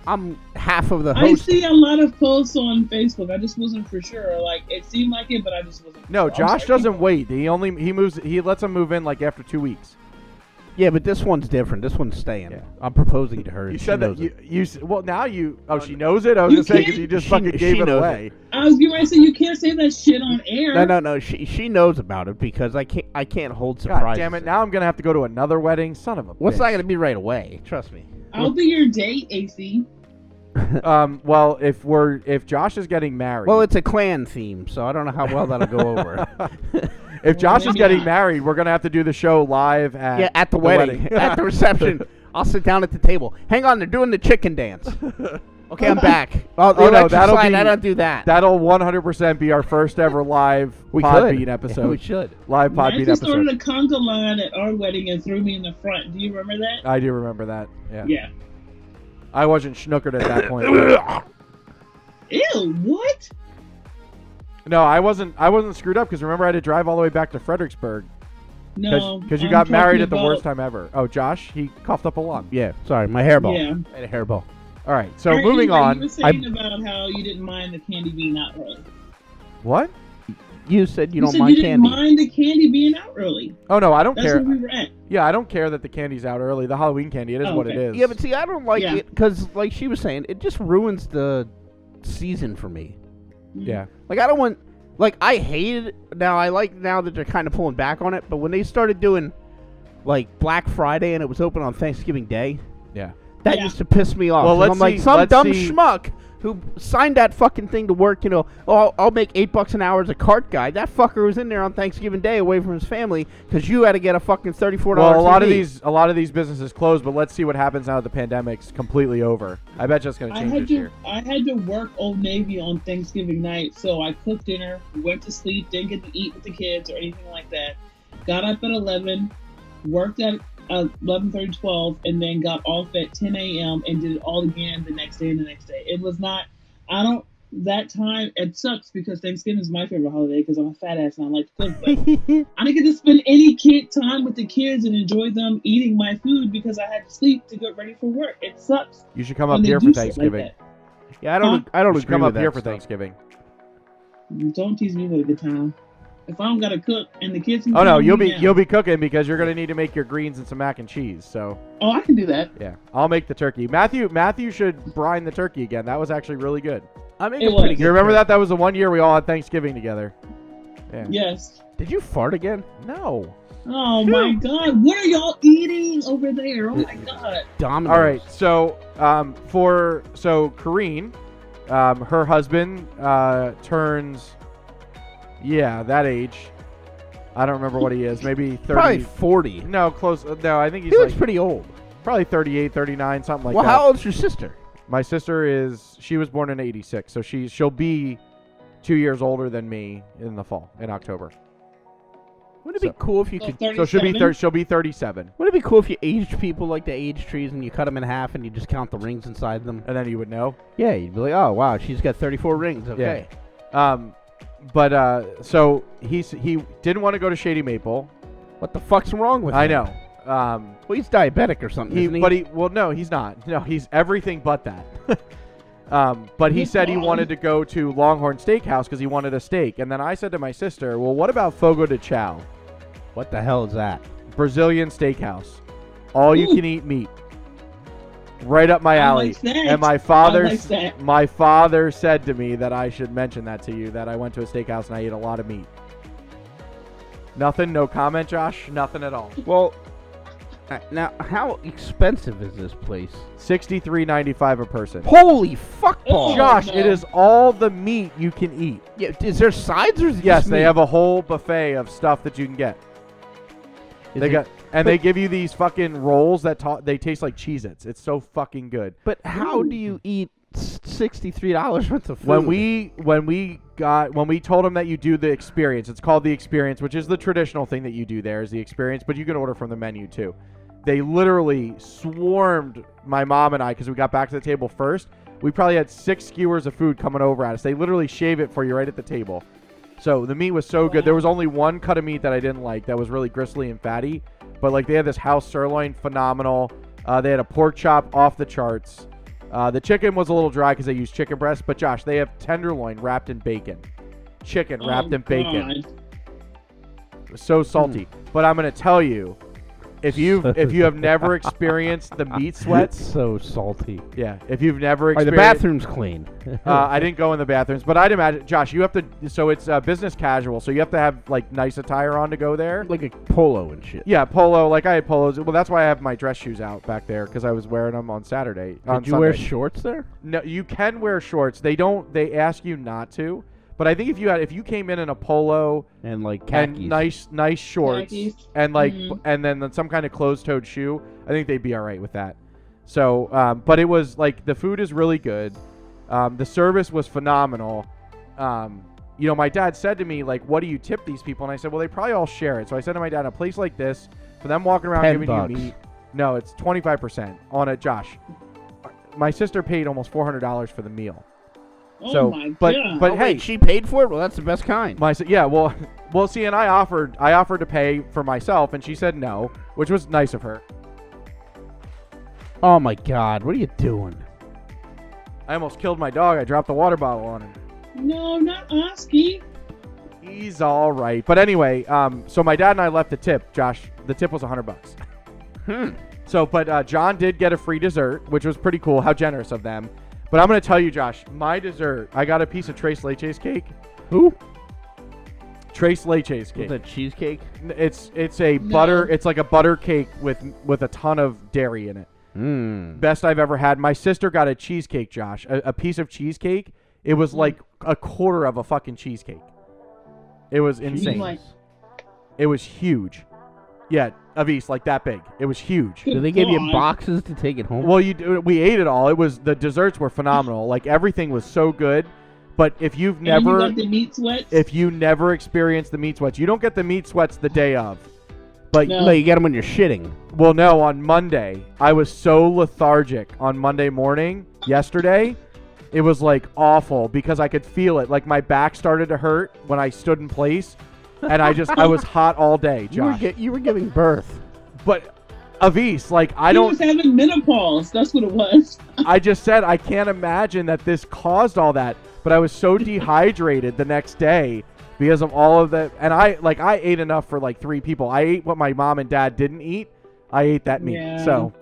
I'm half of the
I
host.
see a lot of posts on Facebook. I just wasn't for sure. Like it seemed like it, but I just wasn't.
No,
I'm
Josh
sorry.
doesn't wait. He only he moves. He lets him move in like after two weeks.
Yeah, but this one's different. This one's staying.
Yeah.
I'm proposing to her.
You
and she
said that
knows
you,
it.
you s- well now you oh she knows it. I was
You
gonna say because
can't-
you just
She-
fucking
she
gave it
knows
away.
I was getting ready to say you can't say that shit on air.
No, no, no. She she knows about it because I can't I can't hold
God
surprises.
damn it! Now I'm gonna have to go to another wedding. Son of a.
what's
bitch.
not gonna be right away? Trust me.
I'll be your date, AC.
Um. Well, if we're if Josh is getting married.
Well, it's a clan theme, so I don't know how well that'll go over.
[laughs]
[laughs]
If Josh is
Maybe [laughs]
getting
not.
married, we're gonna have to do the show live at
yeah, at the, wedding, [laughs] at the reception. I'll sit down at the table. Hang on, they're doing the chicken [laughs] dance. Okay, I'm back. [laughs] Oh, the
Oh, no,
electric
that'll
slide,
be-
I don't do that.
[laughs] That'll 100% be our first ever live
[laughs] we could.
Podbean
Yeah,
[laughs]
we
episode.
should.
Live Podbean
Nancy started
episode.
a conga line at our wedding and threw me in the front. Do you remember that?
I do remember that. Yeah.
yeah.
I wasn't schnookered at
[laughs]
that point.
Ew, what?
no, I wasn't. I wasn't screwed up because remember I had to drive all the way back to Fredericksburg
No.
because you
I'm
got married
talking
at the worst
about-
time ever. Oh, Josh, he coughed up a lung.
Yeah, sorry, my hairball.
Yeah.
I had a hairball.
All right. So
Or
moving
anyway, You were
on.
saying about how you didn't mind the candy being out early.
What?
You said you, don't
said
mind
you didn't
candy.
mind the candy being out early.
Oh no, I don't
That's
care.
where we were at.
Yeah, I don't care that the candy's out early. The Halloween candy, it is
Oh,
what it
okay.
is.
Yeah, but see, I don't like
Yeah.
it because, like she was saying, it just ruins the season for me.
yeah.
Like I don't want, like I hated. Now I like now that they're kind of pulling back on it, but when they started doing, like Black Friday and it was open on Thanksgiving Day,
Yeah.
That
Yeah.
used to piss me off.
Well,
And
let's
I'm like
see-
some
let's
dumb
see-
schmuck who signed that fucking thing to work. You know, oh, I'll, I'll make eight bucks an hour as a cart guy. That fucker was in there on Thanksgiving Day away from his family because you had to get a fucking thirty-four dollars.
Well, a lot of these, a lot of these businesses closed, but let's see what happens now that the pandemic's completely over. I bet that's going to
I
change
had
this
to
year.
I had to work Old Navy on Thanksgiving night, so I cooked dinner, went to sleep, didn't get to eat with the kids or anything like that. Got up at eleven, worked at uh, 11 12 and then got off at 10 a.m and did it all again the next day and the next day it was not i don't that time it sucks because thanksgiving is my favorite holiday because i'm a fat ass and i like to cook but
[laughs]
I didn't get to spend any kid time with the kids and enjoy them eating my food because I had to sleep to get ready for work. It sucks.
You should come
when
up
they
here for
do shit like
Thanksgiving.
that.
yeah, I don't, I
You
don't
should
agree
come
with
up
that
here for
stuff.
Thanksgiving.
Don't tease me with a good time. If I don't gotta cook and the kids, can
Oh no,
come
you'll
me
be
now.
you'll be cooking because you're going to need to make your greens and some mac and cheese. So
Oh, I can do that.
yeah, I'll make the turkey. Matthew, Matthew should brine the turkey again. That was actually really good.
I mean,
It
it's pretty
was.
You remember that? That was the one year we all had Thanksgiving together. Yeah.
Yes.
Did you fart again?
No.
Oh my god, what are y'all eating over there? Oh
Uh,
my god.
Dominoes.
All right. So um, for so Corrine, um, her husband uh, turns, yeah, that age. I don't remember what he is. Maybe
probably
thirty.
forty.
no, close. uh, No, I think he's
he
like
looks pretty old.
probably 38, 39, something like
well,
that.
how old's your sister?
My sister is. She was born in '86, so she she'll be two years older than me in the fall in October.
Wouldn't
it
it
be
be cool if you
So
could?
37?
So she'll be thir- she'll be 37,
Wouldn't it be cool if you aged people like the age trees and you cut them in half and you just count the rings inside them?
and then you would know.
Yeah, you'd be like, oh wow, she's got 34 rings. Okay.
Um, but uh, so he's he didn't want to go to Shady Maple.
What the fuck's wrong with
I
him?
know. Um,
Well, he's diabetic or something,
he,
isn't he?
but he well no he's not no he's everything but that. [laughs] um, but he said he wanted to go to Longhorn Steakhouse because he wanted a steak, and then I said to my sister, well, what about Fogo de Chao,
what the hell is that?
Brazilian steakhouse, all you can eat meat, right up my
I
alley.
like that.
and my father,
I like
s-
that.
my father said to me that I should mention that to you that I went to a steakhouse and I ate a lot of meat. Nothing, no comment, Josh. Nothing at
[laughs]
all.
Well, Uh, now how expensive is this place?
Sixty-three ninety-five a person.
Holy fuckball!
Oh,
Josh,
no.
it is all the meat you can eat.
Yeah, is there sides or is it
Yes,
just
they
meat?
have a whole buffet of stuff that you can get.
Is
they
it-
got and they give you these fucking rolls that ta- they taste like Cheez-Its. It's so fucking good.
But how do you eat s- sixty-three dollars worth of food?
when we when we got when we told them that you do the experience it's called the experience which is the traditional thing that you do there is the experience but you can order from the menu too they literally swarmed my mom and i because we got back to the table first we probably had six skewers of food coming over at us they literally shave it for you right at the table so the meat was so good there was only one cut of meat that i didn't like that was really gristly and fatty but like they had this house sirloin phenomenal uh, they had a pork chop off the charts uh, the chicken was a little dry because they used chicken breast, but Josh, they have tenderloin wrapped in bacon. Chicken wrapped
Oh,
in bacon.
God.
It was so salty. But I'm gonna tell you, if you have if you have never experienced the meat
That's [laughs]
sweats,
so salty.
yeah, if you've never
Are the
experienced,
bathrooms clean?
uh, I didn't go in the bathrooms, but I'd imagine, Josh, you have to. So it's uh, business casual, so you have to have like nice attire on to go there.
like a polo and shit.
Yeah, polo. Like I had polos. Well, that's why I have my dress shoes out back there because I was wearing them on Saturday. on
Did you wear
Sunday.
shorts there?
No, you can wear shorts. They don't. They ask you not to. But I think if you had, if you came in in a polo
And like khakis.
and nice, nice shorts,
Khakis.
and like,
Mhm.
and then then some kind of closed-toed shoe, I think they'd be all right with that. So, um, but it was like the food is really good. Um, the service was phenomenal. Um, you know, my dad said to me like, "What do you tip these people?" And I said, "Well, they probably all share it." So I said to my dad, "A place like this, for them walking around
10
giving
bucks.
you meat, no, it's twenty five percent on it." Josh, my sister paid almost four hundred dollars for the meal.
Oh
so,
my
but
god.
but
Oh,
hey,
wait, she paid for it. Well, that's the best kind.
my si- yeah, well, [laughs] well, see, and I offered, I offered to pay for myself, and she said no, which was nice of her.
Oh my God, what are you doing?
I almost killed my dog. I dropped the water bottle on him.
no, not Oski.
He's all right, but anyway, um, so my dad and I left the tip. Josh, the tip was hundred bucks.
Hmm.
So, but uh, John did get a free dessert, which was pretty cool. How generous of them. But I'm gonna tell you, Josh, my dessert. I got a piece of Trace Leches cake.
Who?
Trace Leches
With
cake.
a cheesecake?
N- It's it's a
No.
butter. It's like a butter cake with with a ton of dairy in it.
Mm.
Best I've ever had. My sister got a cheesecake, Josh, a, a piece of cheesecake. It was
Mm.
like a quarter of a fucking cheesecake. It was insane.
like-
It was huge. Yeah, Avis, like that big. It was huge.
Do they give you
God.
boxes to take it home?
Well, you do- we ate it all. It was the desserts were phenomenal. Like everything was so good. But if you've
And you
never
got the meat sweats.
if you never experience the meat sweats, you don't get the meat sweats the day of. But
No.
no, you get them when you're shitting.
well, no, on Monday, I was so lethargic on Monday morning yesterday. It was like awful because I could feel it. Like my back started to hurt when I stood in place, and I just
[laughs]
I was hot all day,
You were,
Josh.
gi- you were giving birth.
But Avis, like I
he
don't,
was having menopause. That's what it was.
I just said I can't imagine that this caused all that. But I was so dehydrated the next day because of all of the, and I like I ate enough for like three people. I ate what my mom and dad didn't eat. I ate that meat,
Yeah.
so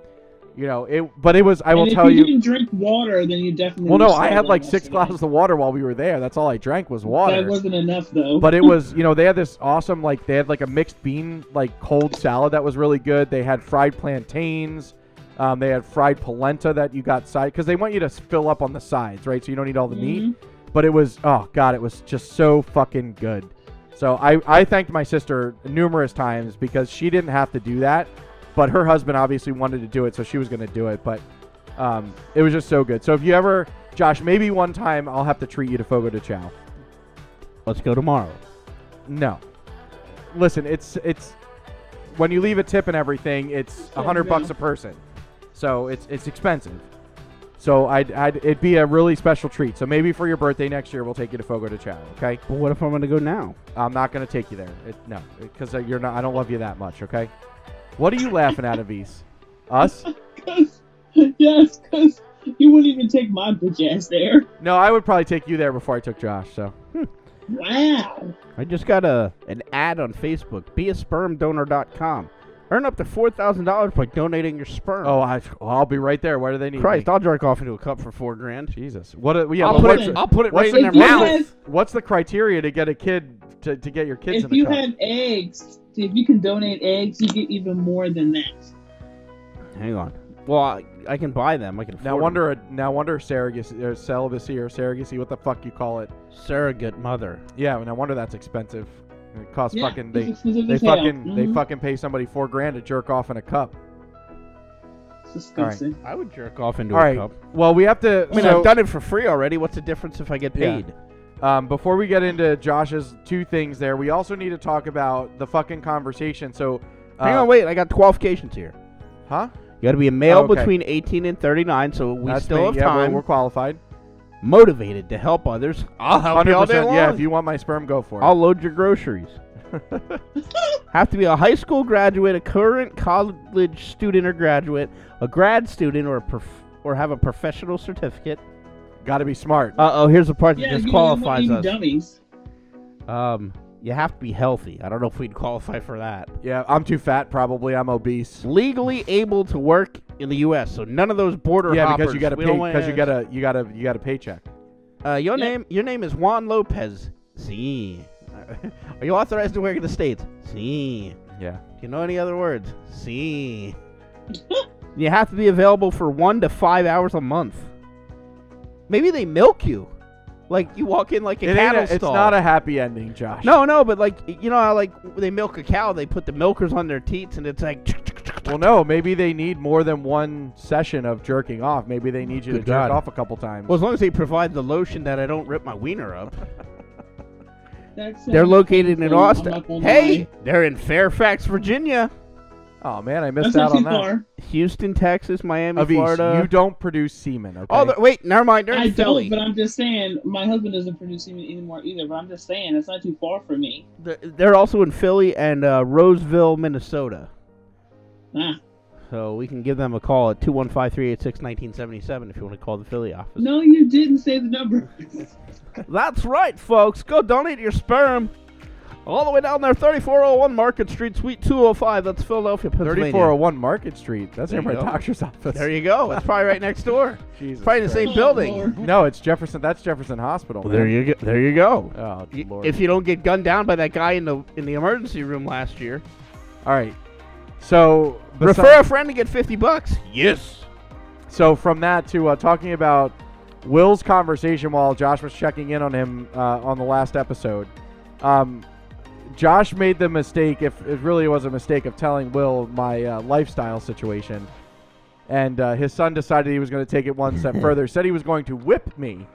you know it. But it was I will
and if
tell you.
didn't drink water, then you definitely.
Well, no,
were
I had
sober
like
last
six
night.
glasses of water while we were there. That's all I drank was
That
water.
wasn't enough though.
But it was, you know, they had this awesome, like, they had like a mixed bean, like, cold salad that was really good. They had fried plantains. Um, they had fried polenta that you got side because they want you to fill up on the sides, right? So you don't need all the meat. But it was, oh god, it was just so fucking good. So I, I thanked my sister numerous times because she didn't have to do that, but her husband obviously wanted to do it, so she was going to do it. But um, it was just so good. So if you ever, Josh, maybe one time I'll have to treat you to Fogo de Chao.
Let's go tomorrow.
No. Listen, it's it's when you leave a tip and everything, it's a hundred bucks a person, so it's it's expensive. So I'd, I'd it'd be a really special treat. So maybe for your birthday next year, we'll take you to Fogo de Chao. Okay,
But what if I'm going to go now?
I'm not gonna take you there. It, no, because uh, you're not. I don't love you that much. Okay. What are you laughing at, Avis? Us?
Cause, [laughs] yes, because you wouldn't even take my bitch ass there.
No, I would probably take you there before I took Josh. So
Wow.
I just got a an ad on Facebook. BeASpermDonor.com. Earn up to four thousand dollars by donating your sperm.
oh, I I'll be right there. Where do they need
Christ!
me?
I'll jerk off into a cup for four grand.
Jesus. What? A, yeah.
I'll
but
put
what's-
it. I'll put it
what's
right in their
the
If you
mouth.
had-
What's the criteria to get a kid to, to get your kids in
if
the
you
cup?
had eggs, if you can donate eggs, you get even more than that.
Hang on. Well, I, I can buy them. I can.
now
afford
wonder now wonder surrogacy or celibacy or surrogacy, what the fuck you call it?
them. surrogate mother.
Yeah, no wonder that's expensive. It costs
Yeah,
fucking
it's
they
expensive
they
as hell.
fucking they
Mm-hmm.
Mhm.
fucking pay somebody four grand to jerk off in a cup.
It's disgusting.
I would jerk off into
All
a
right.
cup.
Well, we have to.
I mean,
so,
I've done it for free already. What's the difference if I get
Yeah.
paid?
um, before we get into Josh's two things there, we also need to talk about the fucking conversation. So, uh,
Hang on, wait. I got qualifications here.
huh?
You got to be a male
Oh, okay.
between 18 and 39, so we
That's
still
me.
have
yeah,
time.
We're, we're qualified.
Motivated to help others. I'll help you all day
100%.
long.
Yeah, if you want my sperm, go for it.
I'll load your
[laughs]
groceries. Have to be a high school graduate, a current college student or graduate, a grad student, or a prof- or have a professional certificate.
Got to be smart.
Uh oh, here's the part
Yeah,
that
you- you
disqualifies
you
us.
dummies.
Um, you have to be healthy. I don't know if we'd qualify for that.
yeah, I'm too fat. Probably, I'm obese.
Legally able to work in the U.S., so none of those border
Yeah, because you
hoppers.
got to
We don't
pay.
want-
Because you got to you got to you got a paycheck.
Uh, your
Yeah.
name, your name is Juan Lopez. See, [laughs] are you authorized to work in the states? See.
Yeah.
Do you know any other words?
[laughs]
See. you have to be available for one to five hours a month. Maybe they milk you, like you walk in like a
It ain't
cattle
a- it's
stall.
not a happy ending, Josh.
No, no, but like you know, how, like they milk a cow. They put the milkers on their teats, and it's like. [laughs]
Well, no. Maybe they need more than one session of jerking off. Maybe they need you to
Good
jerk
God.
off a couple times.
Well, as long as they provide the lotion that I don't rip my wiener
[laughs]
up.
That's uh,
They're located in
I'm
Austin.
not gonna
Hey,
lie.
they're in Fairfax, Virginia,
oh man, I
That's
missed
not
out
too
on that.
far.
Houston, Texas, Miami,
Avis,
Florida.
you don't produce semen. Okay.
Oh, they're- wait, never mind. They're in
I
Philly.
don't, but I'm just saying, my husband doesn't produce semen anymore either. But I'm just saying, it's not too far from me.
Th- They're also in Philly and uh, Roseville, Minnesota.
Ah.
So we can give them a call at 215 386 1977 if you want to call the Philly office.
No, you didn't say the number. [laughs]
That's right, folks. Go donate your sperm. All the way down there, 3401 Market Street, Suite 205. That's Philadelphia, Pennsylvania.
3401 Market Street. That's
There
near my
you go.
doctor's office.
There you go. It's probably right next door.
[laughs] Jesus
probably the
Christ.
same
Oh,
building.
Lord.
No, it's Jefferson. That's Jefferson Hospital.
There
man.
you go. There you go.
Oh
Y-
Lord.
If you don't get gunned down by that guy in the in the emergency room last year,
All right. So
refer a friend to get 50 bucks. Yes.
So from that to uh, talking about Will's conversation while Josh was checking in on him uh, on the last episode, um, Josh made the mistake. If it really was a mistake of telling Will my uh, lifestyle situation, and uh, his son decided he was going to take it one
[clears throat]
step further. Said he was going to whip me.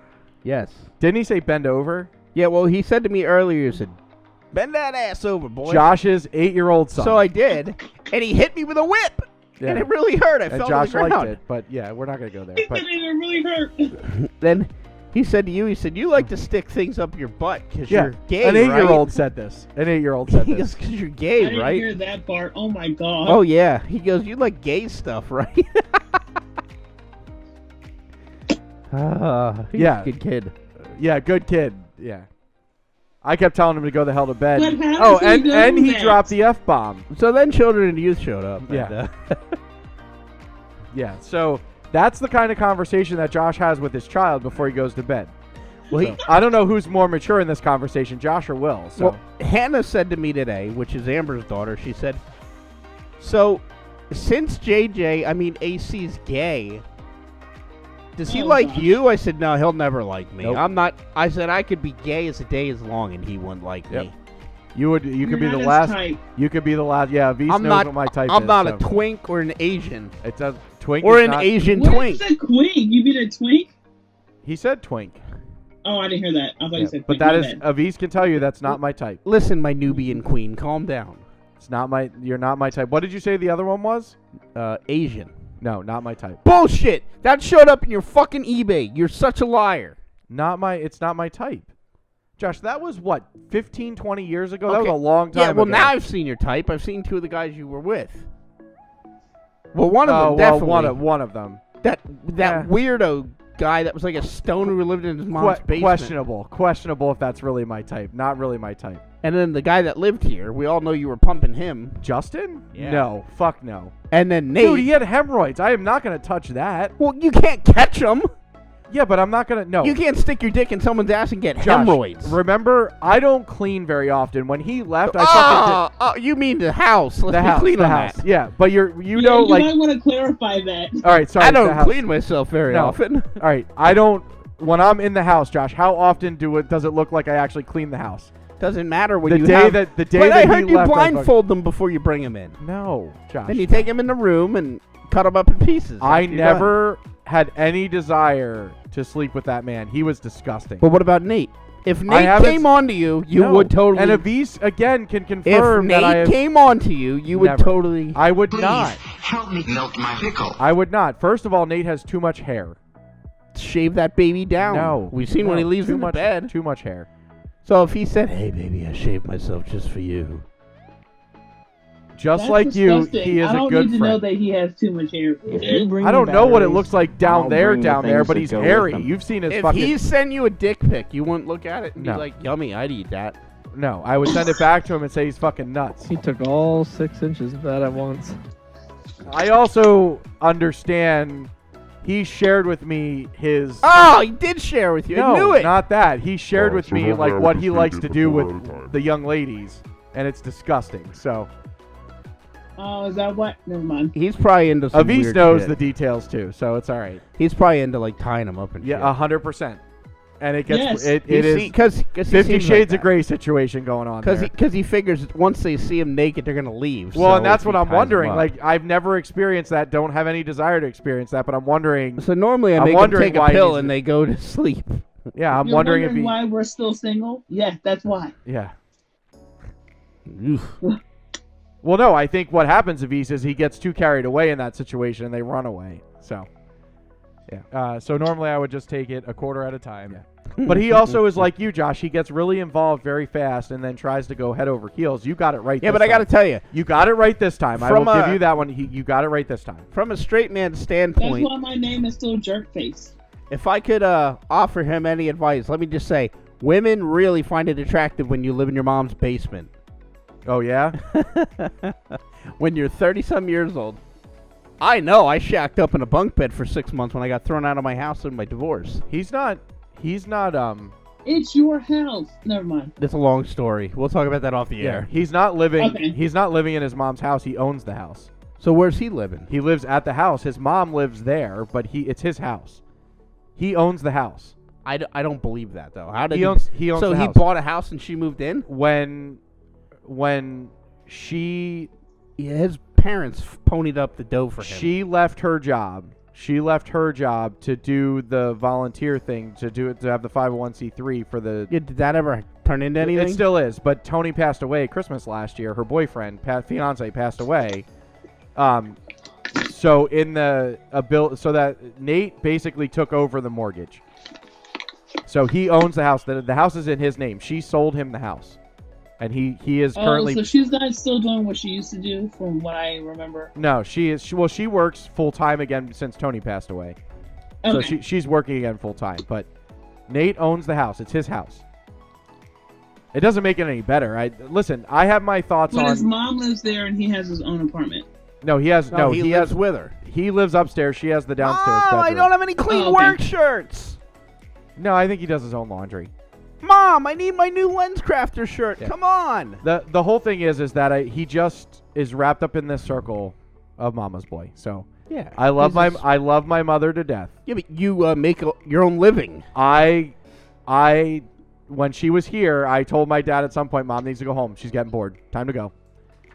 Yes.
Didn't he say bend over?
Yeah, well, he said to me earlier, he said, bend that ass over, boy.
Josh's eight-year-old son.
So I did, and he hit me with a whip,
Yeah.
and it really hurt. I
And
fell
Josh
to the ground.
liked it, but yeah, we're not going to go there.
It
But
really hurt.
Then he said to you, he said, you like to stick things up your butt because
yeah,
you're gay, [laughs]
an eight-year-old said this. An eight-year-old said
right? He goes,
this.
because you're
I
gay,
didn't
right?
hear that part. Oh my god.
Oh, yeah. He goes, you like gay stuff, [laughs] right? Ah, he's
Yeah.
a good kid.
Yeah, good kid. Yeah. I kept telling him to go the hell to bed.
What happened
oh,
to
and
you
and he
next?
dropped the f bomb.
So then children and youth showed up.
Yeah.
and, uh, [laughs]
Yeah. So that's the kind of conversation that Josh has with his child before he goes to bed.
well, he,
So, I don't know who's more mature in this conversation, Josh or Will. So
Well, Hannah said to me today, which is Amber's daughter, she said, So, since JJ, I mean, AC's gay, does he
Oh,
like
gosh.
you? I said, No, he'll never like me.
Nope.
I'm not, I said, I could be gay as the day is long and he wouldn't like
Yep.
me.
you would you
You're
could be
not
the
his
last.
type.
You could be the last. Yeah, V's
I'm
knows
not,
what my type
I'm
is.
not a
so.
twink or an Asian.
It does twink.
Or
is
an
not-
Asian twink.
What's a twink? You mean a twink?
He said twink.
Oh, I didn't hear that. I thought
Yeah,
you said twink.
but that
My
is
bad.
Aviz can tell you that's not my type.
Listen, my Nubian queen, calm down.
It's not my. You're not my type. What did you say the other one was?
Uh, Asian.
No, not my type.
Bullshit! That showed up in your fucking eBay. You're such a liar.
Not my. It's not my type. Josh, that was what 15, 20 years ago. That
Okay.
was a long time.
Yeah, well,
ago.
now I've seen your type. I've seen two of the guys you were with. Well, one of
oh,
them
well,
definitely.
one of one of them.
that
Yeah.
that weirdo guy that was like a stoner who lived in his mom's
Que-
basement.
questionable, questionable if that's really my type. Not really my type.
And then the guy that lived here, we all know you were pumping him.
Justin?
Yeah.
No, fuck no.
And then Nate.
Dude, he had hemorrhoids. I am not gonna touch that.
Well, you can't catch him.
Yeah, but I'm not gonna. No,
You can't stick your dick in someone's ass and get
Oh. Josh,
hemorrhoids.
Remember, I don't clean very often. When he left, I fucking did-
oh, oh, you mean the house? Let's
the
be
house.
clean
the
on
house.
that.
Yeah, but you're you
yeah,
know
you
like
might want to clarify that.
all right. Sorry,
I
it's the
don't
house.
clean myself very
No. [laughs]
often.
All right, I don't. When I'm in the house, Josh, how often do it does it look like I actually clean the house?
Doesn't matter when
The
you
day
have.
that- the day
but
that
I
he
heard you
left, I fucking-
blindfold them before you bring them in.
No, Josh.
Then you take him in the room and cut him up in pieces. after
I
you're done.
never had any desire to sleep with that man. He was disgusting.
But what about Nate? If Nate
haven't
came
s-
onto you, you
No.
would totally.
And Avis again can
if
confirm that I
Nate
have-
came onto you, you would
Never.
totally.
I would not.
help me milk my pickle.
I would not. First of all, Nate has too much hair.
shave that baby down.
No,
we've seen
no,
when he leaves
too
in the
much,
bed.
Too much hair.
So if he said, "Hey, baby, I shaved myself just for you,"
Just
That's
like you,
disgusting.
he is
I don't
a good
need to know
friend.
that he has too much hair.
If you bring
I don't know what it
batteries,
looks like down
I'll
there,
bring the
down there,
things
but
that
he's
go with
hairy.
them.
You've seen his
if
fucking.
he sent you a dick pic, you wouldn't look at it and
No.
be like, "Yummy, I'd eat that."
No, I would send it back to him and say he's fucking nuts.
He took all six inches of that at once.
I also understand. He shared with me his.
Oh, he did share with you.
no,
I knew it.
not that. He shared
Oh,
with
so
me
we'll
like
have
what
to
he
see
likes
this
to do
before
with
overtime.
the young ladies, and it's disgusting. So
Oh, is that what? Never mind.
He's probably into some
Avis
weird
knows
shit.
the details too, so it's all right.
He's probably into like tying him up and shit.
Yeah, a hundred percent. And it gets
Yes.
it,
You
it
see,
is
cause, 'cause he
Fifty
seems
Shades
like
of
that.
Grey situation going on.
Because
there.
he, 'cause he figures once they see him naked, they're gonna leave.
Well,
so
and that's
if
what
he
I'm
ties him
wondering.
up-
Like, I've never experienced that. Don't have any desire to experience that. But
[laughs]
I'm wondering.
so normally I
I'm
make them
wondering
take a
why
pill
he's-
and they go to sleep.
Yeah, I'm
You're
wondering, if he.
why we're still single? Yeah, that's why.
Yeah.
Oof.
Well, no, I think what happens if he is he gets too carried away in that situation and they run away. So. Yeah. Uh, so normally I would just take it a quarter at a time. but he also [laughs] is like you, Josh. He gets really involved very fast and then tries to go head over heels. You got it right.
Yeah,
this
but I gotta
time.
tell you,
You got it right this time. I
From
will give
a-
you that one. He, you got it right this time.
from a straight man's
That's
standpoint,
why my name is still Jerkface.
if I could uh, offer him any advice, let me just say, women really find it attractive when you live in your mom's basement.
Oh yeah.
when you're thirty some years old. I know I shacked up in a bunk bed for six months when I got thrown out of my house in my divorce.
[laughs] He's not. He's not. Um.
It's your house. Never mind.
That's a long story. We'll talk about that off the air.
He's not living.
Okay.
He's not living in his mom's house. He owns the house.
So where's he living?
He lives at the house. His mom lives there, but he it's his house. He owns the house.
I, d- I don't believe that though. How did
He owns- he owns
So
the
he
house.
bought a house and she moved in.
When when she
Yeah, his parents f- ponied up the dough for him.
she left her job. She left her job to do the volunteer thing to do it to have the 501c3 for the
Yeah, did that ever turn into anything?
It still is, but Tony passed away Christmas last year. Her boyfriend, pa- fiance, passed away. Um, so in the a bill, so that Nate basically took over the mortgage. So he owns the house. The, the house is in his name. She sold him the house, and he he is
Oh,
currently
so she's not still doing what she used to do, from what I remember.
no. She is she, well. She works full time again since Tony passed away. So
Okay.
she she's working again full time. But Nate owns the house. It's his house. It doesn't make it any better. I listen. I have my thoughts
but
on.
his mom lives there, and he has his own apartment.
No, he has
no,
no.
Oh, he,
he,
lives
has.
with her.
He lives upstairs. She has the downstairs
Mom,
bedroom.
I don't have any clean
Oh, okay.
work shirts.
No, I think he does his own laundry.
Mom, I need my new lens crafter shirt.
Yeah.
Come on.
the The whole thing is, is that I, he just is wrapped up in this circle of Mama's boy. So
Yeah,
I love
he's
my
just-
I love my mother to death.
yeah, but you uh, make a, your own living.
I, I, when she was here, I told my dad at some point, Mom needs to go home. She's getting bored. Time to go.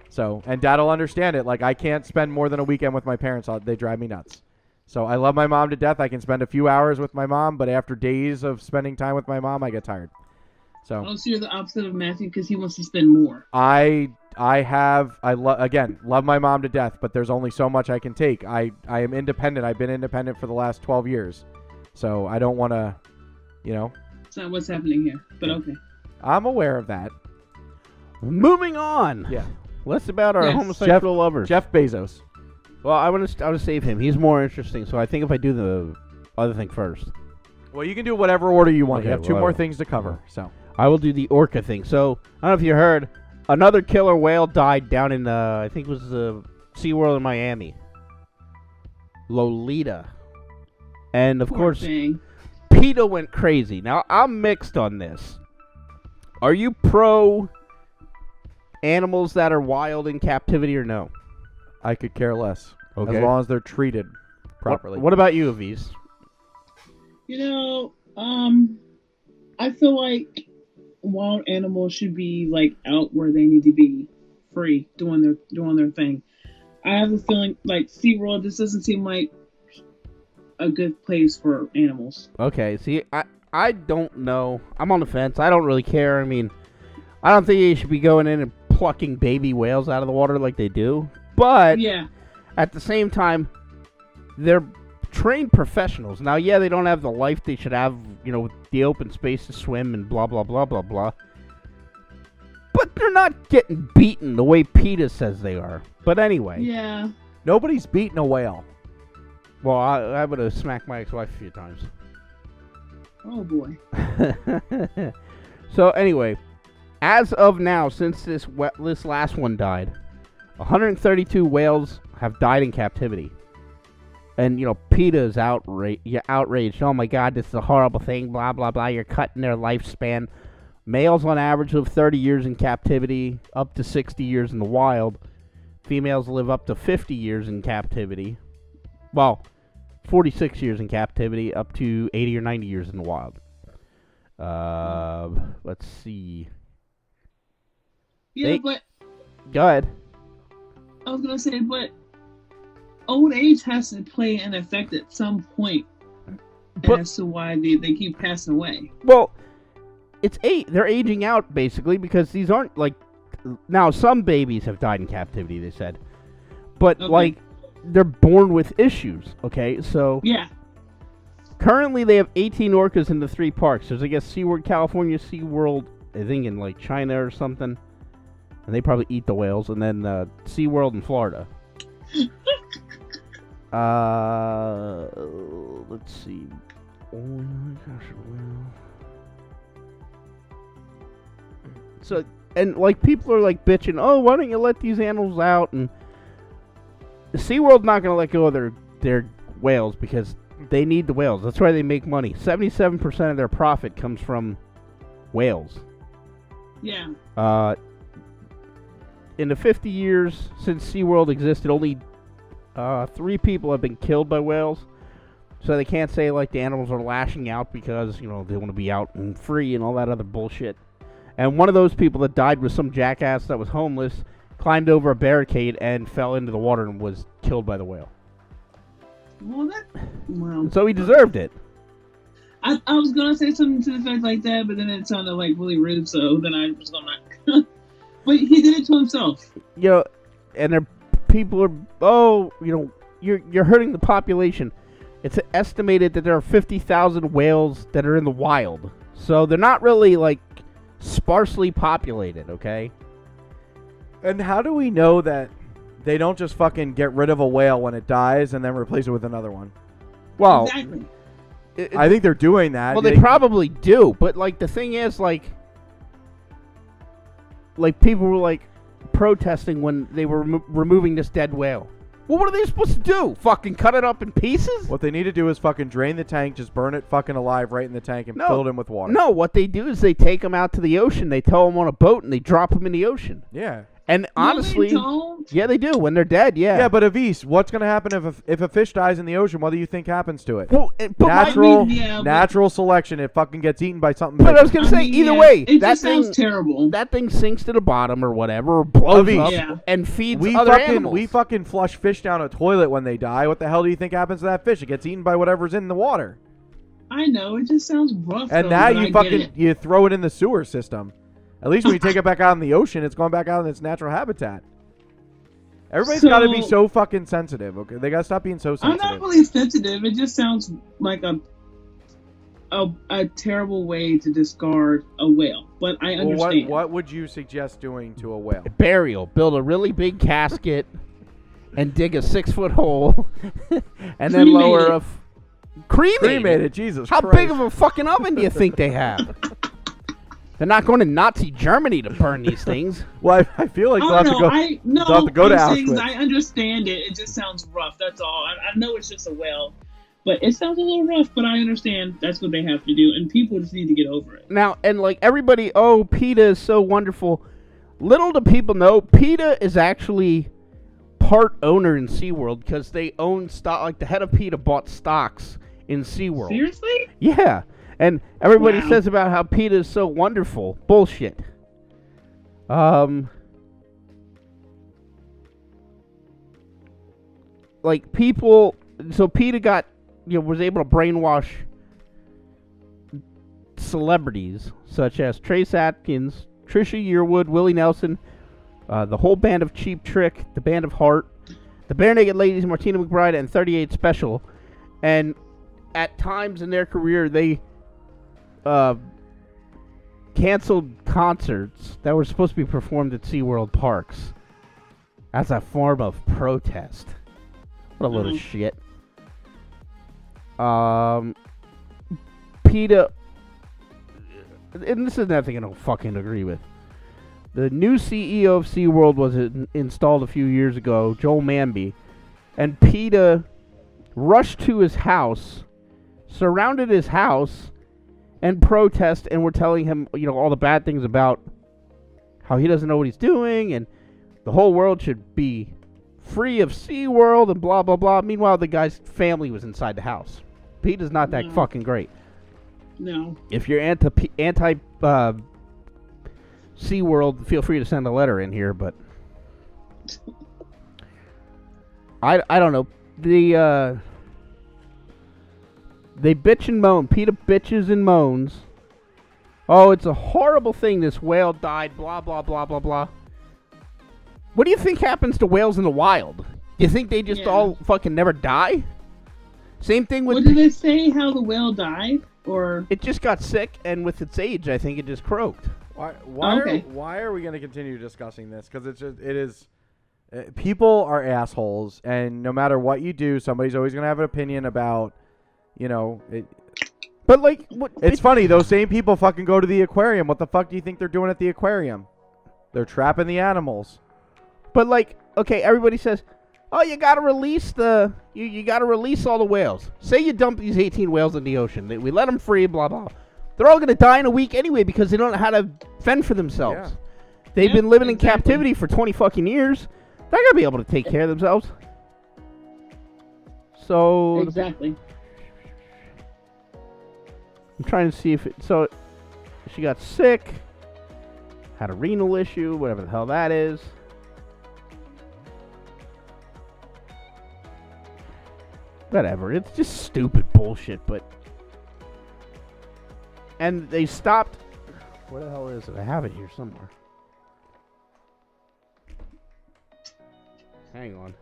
So, and dad'll understand it. Like I can't spend more than a weekend with my parents. I'll, they drive me nuts. So I love my mom to death. I can spend a few hours with my mom, but after days of spending time with my mom, I get tired. So
Oh, so you're the opposite of Matthew because he wants to spend more.
I I have I love again love my mom to death, but there's only so much I can take. I I am independent. I've been independent for the last 12 years, so I don't want to, you know.
It's not what's happening here, but okay.
I'm aware of that.
Moving on.
Yeah.
Let's about our
Yes.
homosexual lovers.
Jeff Bezos.
Well, I want to I want to save him. He's more interesting. So I think if I do the other thing first,
Well, you can do whatever order you want.
Okay,
you have two
well,
more things to cover. So
I will do the orca thing. So I don't know if you heard, another killer whale died down in uh, I think it was the SeaWorld in Miami. Lolita. And of
Poor
course,
thing.
PETA went crazy. Now I'm mixed on this. Are you pro animals that are wild in captivity or no?
I could care less.
Okay.
As long as they're treated properly.
What, what about you, Aviz?
You know, um, I feel like wild animals should be like out where they need to be, free, doing their doing their thing. I have a feeling like SeaWorld. This doesn't seem like a good place for animals.
Okay, see, I I don't know. I'm on the fence. I don't really care. I mean, I don't think you should be going in and plucking baby whales out of the water like they do. But
yeah,
at the same time, they're trained professionals. Now, yeah, they don't have the life they should have, you know, with the open space to swim and blah, blah, blah, blah, blah. But they're not getting beaten the way PETA says they are. But anyway,
yeah.
Nobody's beating a whale.
well, I, I would have smacked my ex wife a few times.
Oh boy.
[laughs] so, anyway, as of now, since this, we- this last one died, 132 whales have died in captivity. and you know PETA's outraged. Yeah, outraged. Oh my God, this is a horrible thing. Blah blah blah. You're cutting their lifespan. Males on average live 30 years in captivity, up to 60 years in the wild. Females live up to 50 years in captivity. Well, 46 years in captivity, up to 80 or 90 years in the wild. Uh, let's see.
Yeah,
They-
but
Go ahead.
I was gonna say, but old age has to play an effect at some point
But-
as to why they, they keep passing away.
Well, it's eight. They're aging out basically because these aren't like now. Some babies have died in captivity. They said, but
Okay.
like they're born with issues. Okay, so
Yeah.
currently they have 18 orcas in the three parks. There's I guess SeaWorld California, SeaWorld I think in like China or something, and they probably eat the whales, and then uh, SeaWorld in Florida. uh, let's see. Oh my gosh, well. So and like people are like bitching, oh, why don't you let these animals out? And SeaWorld's not gonna let go of their their whales because they need the whales. That's why they make money. Seventy seven percent of their profit comes from whales.
Yeah.
Uh, in the 50 years since SeaWorld existed, only Uh, three people have been killed by whales, so they can't say like the animals are lashing out because you know they want to be out and free and all that other bullshit. And one of those people that died was some jackass that was homeless, climbed over a barricade and fell into the water and was killed by the whale.
Well, that. Well,
So he deserved it.
I, I was gonna say something to the effect like that, but then it sounded like really rude, so then I was gonna. not- [laughs] but he did it to himself.
you know, and their people are oh, you know, you're you're hurting the population. It's estimated that there are fifty thousand whales that are in the wild, so they're not really like sparsely populated. Okay,
And how do we know that they don't just fucking get rid of a whale when it dies and then replace it with another one? Oh,
well,
Exactly.
it-
I think they're doing that.
well, they probably do, but like the thing is, like, like people were like protesting when they were remo- removing this dead whale. Well, what are they supposed to do? Fucking cut it up in pieces?
what they need to do is fucking drain the tank, just burn it fucking alive right in the tank and
No.
fill it in with water.
No, what they do is they take them out to the ocean. They tow them on a boat and they drop them in the ocean.
Yeah.
And honestly,
no, they don't.
yeah, they do when they're dead. Yeah,
Yeah, but Avis, what's going to happen if a, if a fish dies in the ocean? What do you think happens to it?
well, it- but my-
natural,
mean, yeah, but-
natural selection. It fucking gets eaten by something.
but I
bigger.
was gonna
I
say
mean,
either
yeah,
way,
it
that
just
thing
sounds terrible.
that thing sinks to the bottom or whatever, or blows
Avi,
up
Yeah.
and feeds
we
other
fucking
animals.
we fucking flush fish down a toilet when they die. What the hell do you think happens to that fish? It gets eaten by whatever's in the water,
I know it just sounds rough.
and
though,
now
but I
you
get
fucking
it.
you throw it in the sewer system. At least when you
[laughs]
take it back out in the ocean, it's going back out in its natural habitat. Everybody's got to be
So-
so fucking sensitive. Okay, they got to stop being so
I'm
sensitive.
not really sensitive. It just sounds like a a, a terrible way to discard a whale. But
Well,
I
what
understand.
what would you suggest doing to a whale?
Burial, build a really big casket, and dig a six foot hole, [laughs] and then lower a
Cremate
f- cremate.
Cremated, Jesus
How
Christ.
big of a fucking oven do you think they
[laughs]
have? They're not going to Nazi Germany to burn these things.
Well, I, I feel like they'll
Oh
have
no,
to go.
I no.
they'll have to go
I'm
to
saying is
Auschwitz.
I understand it. It just sounds rough. That's all. I, I know it's just a whale, but it sounds a little rough. But I understand that's what they have to do, and people just need to get over it.
Now, and like everybody, oh, PETA is so wonderful. Little do people know, PETA is actually part owner in SeaWorld because they own stock. Like the head of PETA bought stocks in SeaWorld.
Seriously?
Yeah. And everybody
Wow.
says about how PETA is so wonderful. Bullshit. Um. Like people, so PETA got, you know, was able to brainwash celebrities such as Trace Atkins, Trisha Yearwood, Willie Nelson, uh, the whole band of Cheap Trick, the band of Heart, the Bare Naked Ladies, Martina McBride, and 38 Special. And at times in their career, they uh, canceled concerts that were supposed to be performed at SeaWorld parks as a form of protest. What a load of
Mhm.
shit. Um, PETA, and this is nothing I don't fucking agree with. The new CEO of SeaWorld was in- installed a few years ago, Joel Manby, and PETA rushed to his house, surrounded his house, and protest and were telling him, you know, all the bad things about how he doesn't know what he's doing and the whole world should be free of SeaWorld and blah blah blah. Meanwhile, the guy's family was inside the house. PETA's not that
Yeah.
fucking great
No.
if you're anti anti uh, SeaWorld, feel free to send a letter in here. But I I don't know the uh, they bitch and moan. Peter bitches and moans. Oh, it's a horrible thing. This whale died. Blah blah blah blah blah. What do you think happens to whales in the wild? Do you think they just
Yeah.
all fucking never die? Same thing with
What did they say? How the whale died? Or
it just got sick, and with its age, I think it just croaked.
Why? Why,
Okay.
are, why are we going to continue discussing this? Because it's just, it is. uh, People are assholes, and no matter what you do, somebody's always going to have an opinion about. You know, it,
But like, what,
it's funny. Those same people fucking go to the aquarium. What the fuck do you think they're doing at the aquarium? They're trapping the animals.
but like, okay, everybody says, oh, you gotta release the, you, you gotta release all the whales. Say you dump these 18 whales in the ocean, that we let them free, blah blah. They're all gonna die in a week anyway because they don't know how to fend for themselves. They've
Yeah,
been living
exactly.
in captivity for 20 fucking years. They're gonna be able to take care of themselves. So the
Exactly.
I'm trying to see if it. So she got sick, had a renal issue, whatever the hell that is. Whatever. It's just stupid bullshit, but. And they stopped. Where the hell is it? I have it here somewhere. Hang on.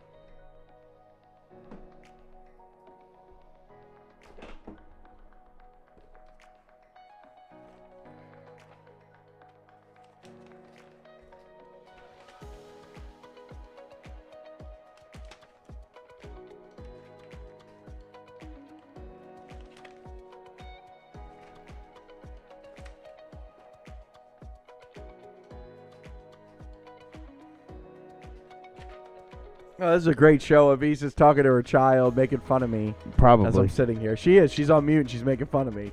Oh, this is a great show. Avisa's talking to her child, making fun of me as I'm
Probably.
sitting here. She is. She's on mute and she's making fun of me.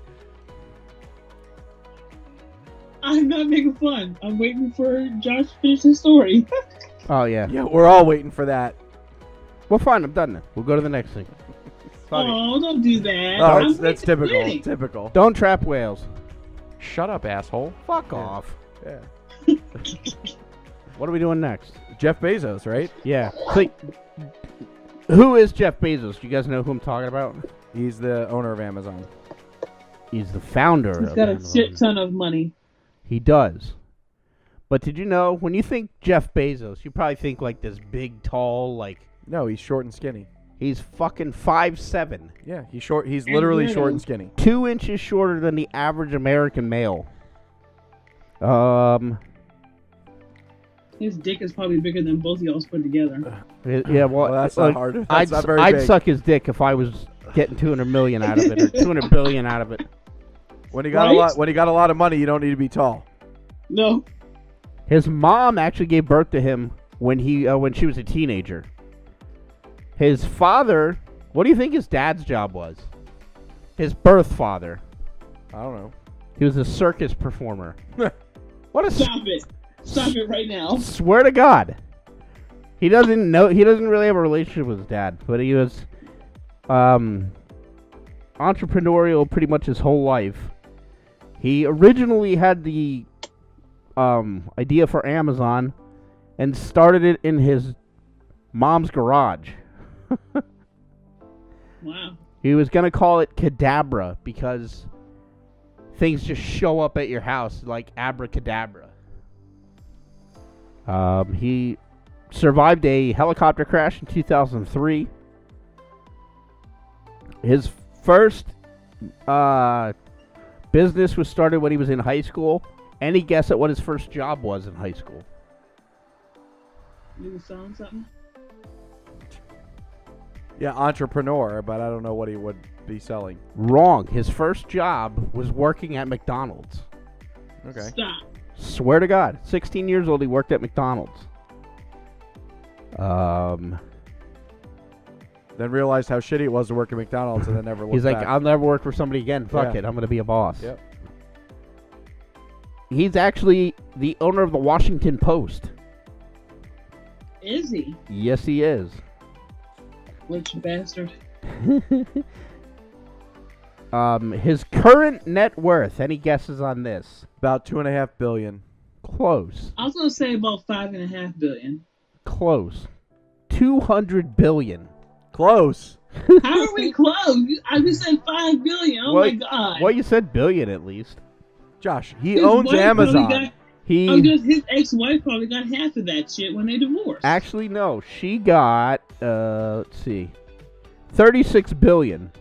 I'm not making fun. I'm waiting for Josh to finish his story. [laughs]
Oh, yeah.
Yeah, we're all waiting for that.
Well, fine. I'm done now. We'll go to the next thing. Fuck it.
oh, don't do that.
Oh,
I'm
it's, that's
waiting for
typical.
it.
Typical.
Don't trap whales.
Shut up, asshole.
Fuck off.
Yeah.
What are we doing next?
Jeff Bezos, right?
Yeah. So, who is Jeff Bezos? Do you guys know who I'm talking about?
He's the owner of Amazon.
He's the founder
He's
of
got a
Amazon.
shit ton of money.
He does. But did you know when you think Jeff Bezos, you probably think like this big, tall, like
No, he's short and skinny.
he's fucking five seven,
Yeah, he's short. He's literally
little.
short and skinny.
two inches shorter than the average American male. Um.
His dick is probably bigger than both of y'all's put together.
y- Yeah. Well,
Well, that's
like,
not hard. That's
I'd,
not very
I'd
big.
suck his dick if I was getting 200 million out of it or 200 billion out of it.
When he got a
Right?
lot, when he got a lot of money, you don't need to be tall.
No.
His mom actually gave birth to him when he uh, when she was a teenager. His father, what do you think his dad's job was? His birth father.
I don't know.
He was a circus performer.
[laughs]
what a s-
Stop it. Stop it right now.
swear to God. He doesn't know. He doesn't really have a relationship with his dad, but he was um, entrepreneurial pretty much his whole life. He originally had the um, idea for Amazon and started it in his mom's garage.
Wow.
He was gonna call it Cadabra because things just show up at your house like abracadabra. Um, he survived a helicopter crash in 2003. His first uh, business was started when he was in high school. Any guess at what his first job was in high school?
You were selling something?
Yeah, entrepreneur, but I don't know what he would be selling.
Wrong. His first job was working at McDonald's.
Okay.
Stop.
Swear to God, 16 years old, he worked at McDonald's. Um,
Then realized how shitty it was to work at McDonald's, and then never looked
he's like,
back.
I'll never work for somebody again. Fuck
Yeah.
it, I'm gonna be a boss.
Yep.
He's actually the owner of the Washington Post.
Is he?
Yes, he is.
Rich bastard.
Um, his current net worth. Any guesses on this?
about two and a half billion.
Close.
I was gonna say about five and a half billion.
Close. 200 billion.
Close.
How are
[laughs]
we close? You- I just said five billion. Oh my god.
Well, you said billion at least.
Josh, he
His
owns
wife probably
Amazon.
got-
He
I'm just, his ex-wife probably got half of that shit when they divorced.
Actually, no. She got uh, let's see, thirty-six billion,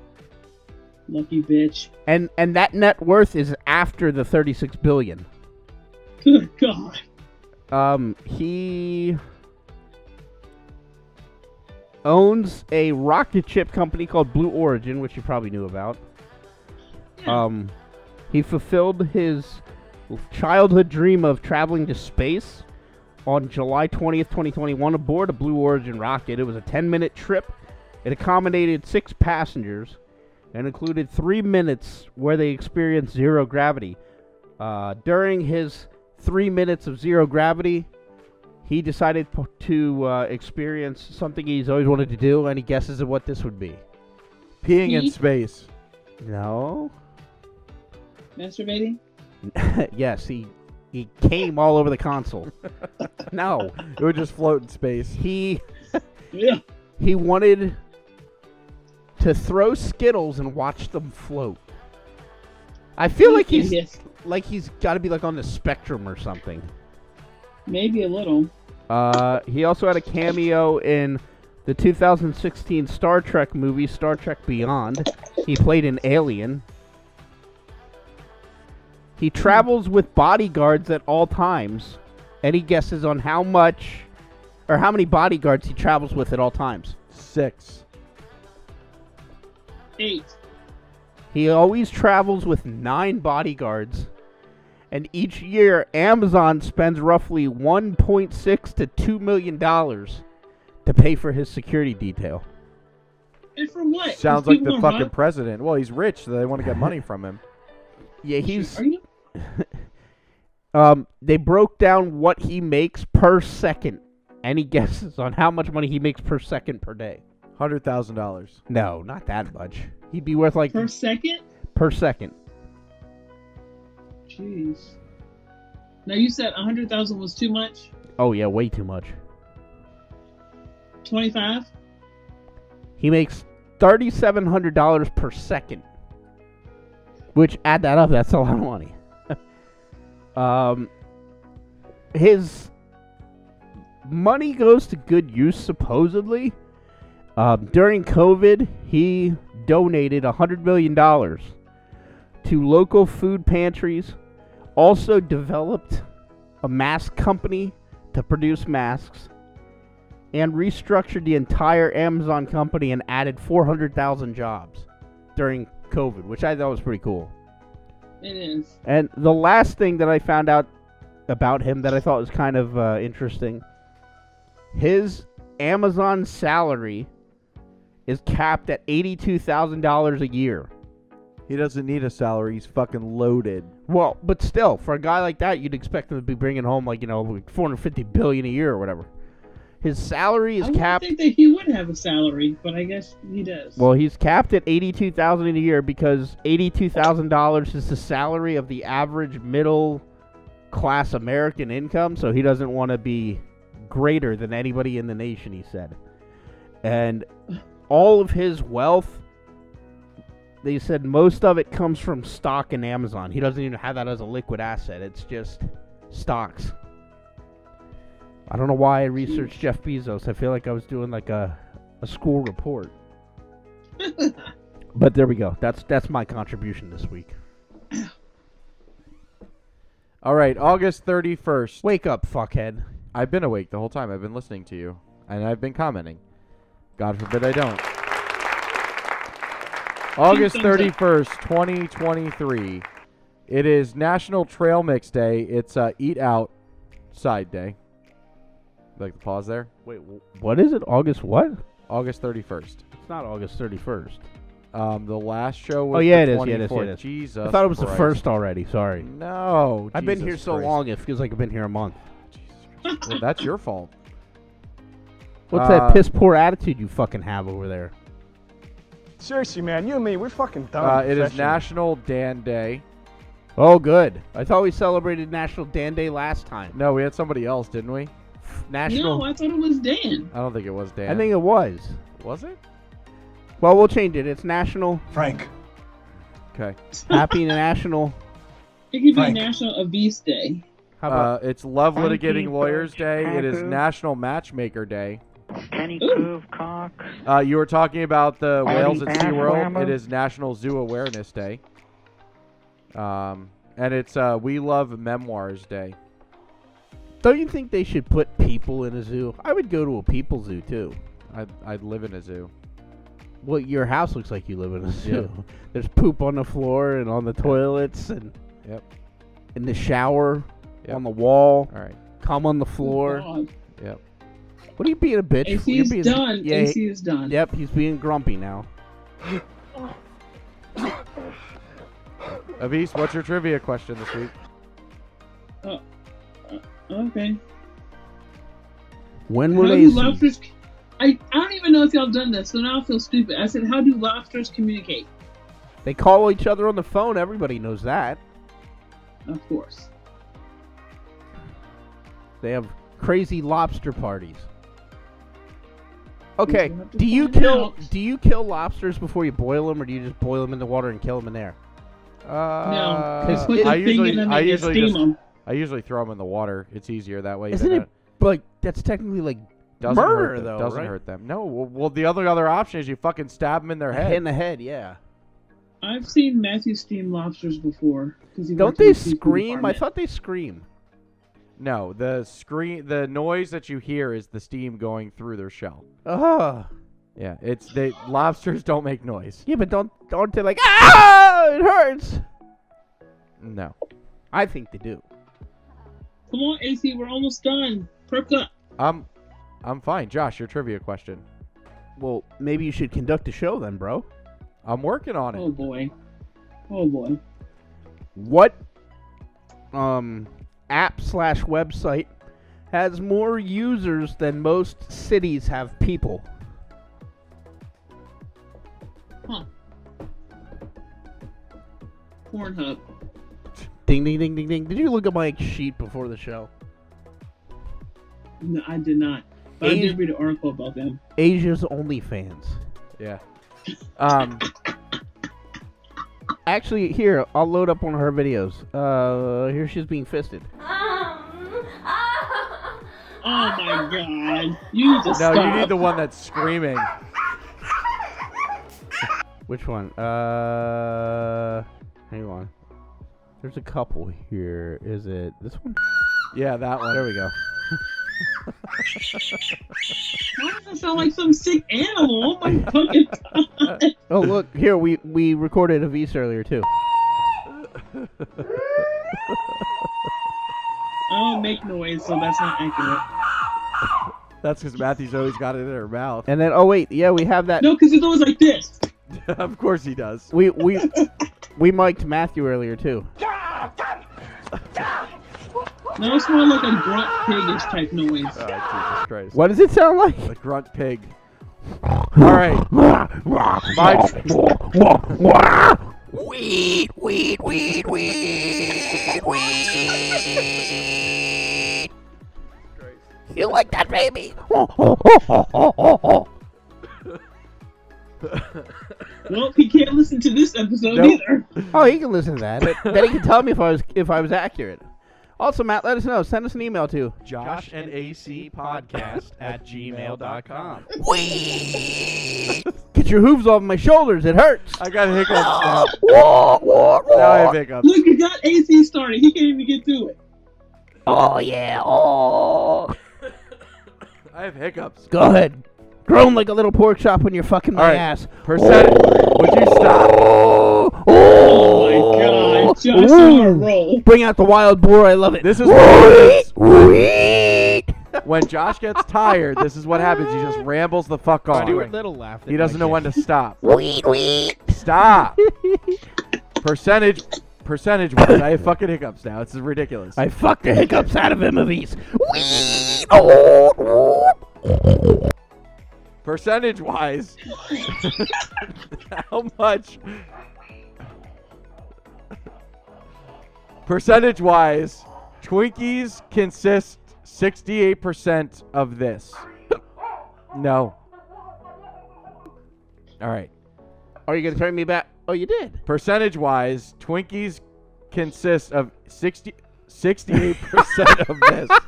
Lucky bitch. [laughs]
and and that net worth is after the thirty-six billion.
Good god.
Um, he owns a rocket ship company called Blue Origin, which you probably knew about.
Yeah.
Um, he fulfilled his childhood dream of traveling to space on July 20th, 2021, aboard a Blue Origin rocket. It was a 10 minute trip. It accommodated six passengers and included three minutes where they experienced zero gravity. Uh, during his three minutes of zero gravity, he decided p- to uh, experience something he's always wanted to do. Any guesses of what this would be?
Peeing in
Pee?
space.
No.
Masturbating?
[laughs] yes, he he came all over the console. no,
It would just float in space.
he
Yeah.
he wanted to throw skittles and watch them float. I feel like he's
Yes.
like he's got to be like on the spectrum or something.
Maybe a little.
Uh, he also had a cameo in the 2016 Star Trek movie Star Trek Beyond. He played an alien. He travels with bodyguards at all times. Any guesses on how much or how many bodyguards he travels with at all times?
Six.
Eight.
He always travels with nine bodyguards. And each year, Amazon spends roughly 1.6 to 2 million dollars to pay for his security detail.
And for what? 'Cause
Sounds like
people
the
are
fucking
not-
president. Well, he's rich, so they want to get money from him.
Yeah, he's
Are you?
um they broke down what he makes per second. Any [laughs] guesses on how much money he makes per second per day?
Hundred thousand dollars.
No, not that much. He'd be worth like
Per second?
per second.
Jeez. Now you said 100,000 was too much?
Oh yeah, way too much.
25?
He makes thirty-seven hundred dollars per second. Which add that up, that's a lot of money. [laughs] um, his money goes to good use, supposedly. Um, during COVID, he donated hundred million dollars to local food pantries. Also developed a mask company to produce masks and restructured the entire Amazon company and added 400,000 jobs during COVID, which I thought was pretty cool.
It is.
And the last thing that I found out about him that I thought was kind of uh, interesting his Amazon salary is capped at $82,000 a year.
He doesn't need a salary. He's fucking loaded.
Well, but still, for a guy like that, you'd expect him to be bringing home like, you know, like 450 billion a year or whatever. His salary is
I would
capped
think that he would have a salary, but I guess he does.
Well, he's capped at eighty-two thousand a year because eighty-two thousand dollars is the salary of the average middle class American income. So he doesn't want to be greater than anybody in the nation. He said, and all of his wealth, they said most of it comes from stock in Amazon. He doesn't even have that as a liquid asset. It's just stocks. I don't know why I researched Jeff Bezos. I feel like I was doing like a, a school report. But there we go. That's that's my contribution this week.
All right, August thirty first.
Wake up, fuckhead.
I've been awake the whole time. I've been listening to you, and I've been commenting. God forbid I don't. August
Two thumbs
31st, 2023. It is National Trail Mix Day. It's uh, Eat Out Side Day. You Like the pause there.
Wait, what is it? August what?
August 31st.
It's not August 31st.
Um, the last show was
Oh, yeah,
the
it is, yeah, it is, yeah,
24th.
it is.
Jesus.
I thought it was the
Christ.
first already. Sorry.
No.
I've been
Jesus
here so
Christ.
long, it feels like I've been here a month.
Well, that's your fault.
What's
Uh,
that piss poor attitude you fucking have over there?
Seriously, man, you and me, we're fucking done.
Uh, it is
Session.
National Dan Day.
Oh, good. I thought we celebrated National Dan Day last time.
No, we had somebody else, didn't we?
National.
no, I thought it was Dan.
I don't think it was Dan.
I think it was.
was it.
Well, we'll change it. It's National
Frank.
Okay.
[laughs] Happy National.
It could be
Frank.
National Obese Day.
How about
Uh, it's Love
Frankie
Litigating Lawyers Day. It is
Hacker.
National Matchmaker Day.
Kenny
Ooh.
Cock.
Uh, you were talking about the
Party
whales at
back,
SeaWorld.
Lambo.
It is National Zoo Awareness Day. Um, and it's uh, We Love Memoirs Day. Uh,
Don't you think they should put people in a zoo? I would go to a people zoo too.
I'd, I'd live in a zoo.
Well, your house looks like you live
[laughs]
in a zoo. There's poop on the floor and on the toilets and
Yep.
in the shower,
Yep.
on the wall,
All right.
cum on the floor.
God.
Yep.
What are you being a bitch? for? You're
AC's
being-
done.
Yeah,
AC is done.
yep, he's being grumpy now.
Avis, what's your trivia question this week?
Okay.
When
uh, How
will
do lobsters? I, I don't even know if y'all done this, so now I feel stupid. I said, how do lobsters communicate?
They call each other on the phone. Everybody knows that.
Of course.
They have crazy lobster parties. Okay,
We'll have to
do you
find
kill
out.
do you kill lobsters before you boil them, or do you just boil them in the water and kill them in there?
Uh,
Cause
Put the
I
thing
usually,
in them
I
and you
usually
steam
just,
them.
I usually throw them in the water. It's easier that way.
Isn't
than
it like that's technically like
doesn't
murder
hurt them,
though,
Doesn't
right?
hit them. No. Well, well, the other other option is you fucking stab them in their head.
in the head? Yeah.
I've seen Matthew steam lobsters before. 'cause he
Don't
worked in
they
the seafood
scream? I
department.
thought they scream.
No, the screen, the noise that you hear is the steam going through their shell.
Ugh.
Yeah, it's they lobsters don't make noise.
Yeah, but don't don't they like ah? It hurts.
No.
I think they do.
Come on, AC, we're almost done. Perk up.
I'm I'm fine. Josh, your trivia question.
Well, maybe you should conduct a show then, bro.
I'm working on it.
Oh boy. Oh boy.
What um app slash website has more users than most cities have people?
Huh. Pornhub.
Ding ding ding ding ding. Did you look at my sheet before the show?
No, I did not. But I
Asian-
did read an article about them.
Asia's OnlyFans.
Yeah. Um
Actually, here I'll load up one of her videos. Uh, here she's being fisted.
Oh my god. You need to
no,
stop.
you need the one that's screaming.
Which one? Uh, hang on. There's a couple here. Is it this one?
Yeah, that one. There we go.
Why does it sound like some sick animal? Oh my fucking
[laughs]
god.
Oh look, here we we recorded a V's earlier too.
I don't Oh, make noise, so that's not accurate.
That's because Matthew's always got it in her mouth. [laughs]
And then oh wait, yeah, we have that.
No, because it's always like this.
of course he does.
We we we mic'd Matthew earlier too.
No, it's more like a grunt pigish type noise.
Oh, Jesus Christ.
What does it sound like?
The grunt pig. All right. My-
Oh,
Well, he can't listen to this episode
Nope.
either.
Oh, he can listen to that. But then he can tell me if I was if I was accurate. Also, Matt, let us know. Send us an email to
Josh and AC podcast at gmail.com.
get your hooves off my shoulders. It hurts.
I got hiccups now. now I have hiccups.
Look, you got AC started. He can't even get through it.
Oh yeah. Oh,
I have hiccups.
go ahead. Groan like a little pork chop when you're fucking my
All right.
ass. Oh.
Percent. Would you stop?
Oh my god, Josh, on a roll.
Bring out the wild boar. I love it.
This is what happens. when Josh gets tired. This is what happens. He just rambles the fuck on.
Little laughed.
He doesn't know when to stop. Stop. Percentage. Percentage. wise, I have fucking hiccups now. It's ridiculous.
I fucked the hiccups out of him of these.
Percentage wise. [laughs] how much? Percentage wise, Twinkies consist 68% of this. No. All right.
Are you gonna turn me back? Oh, you did.
Percentage wise, Twinkies consist of 60, 68% of this.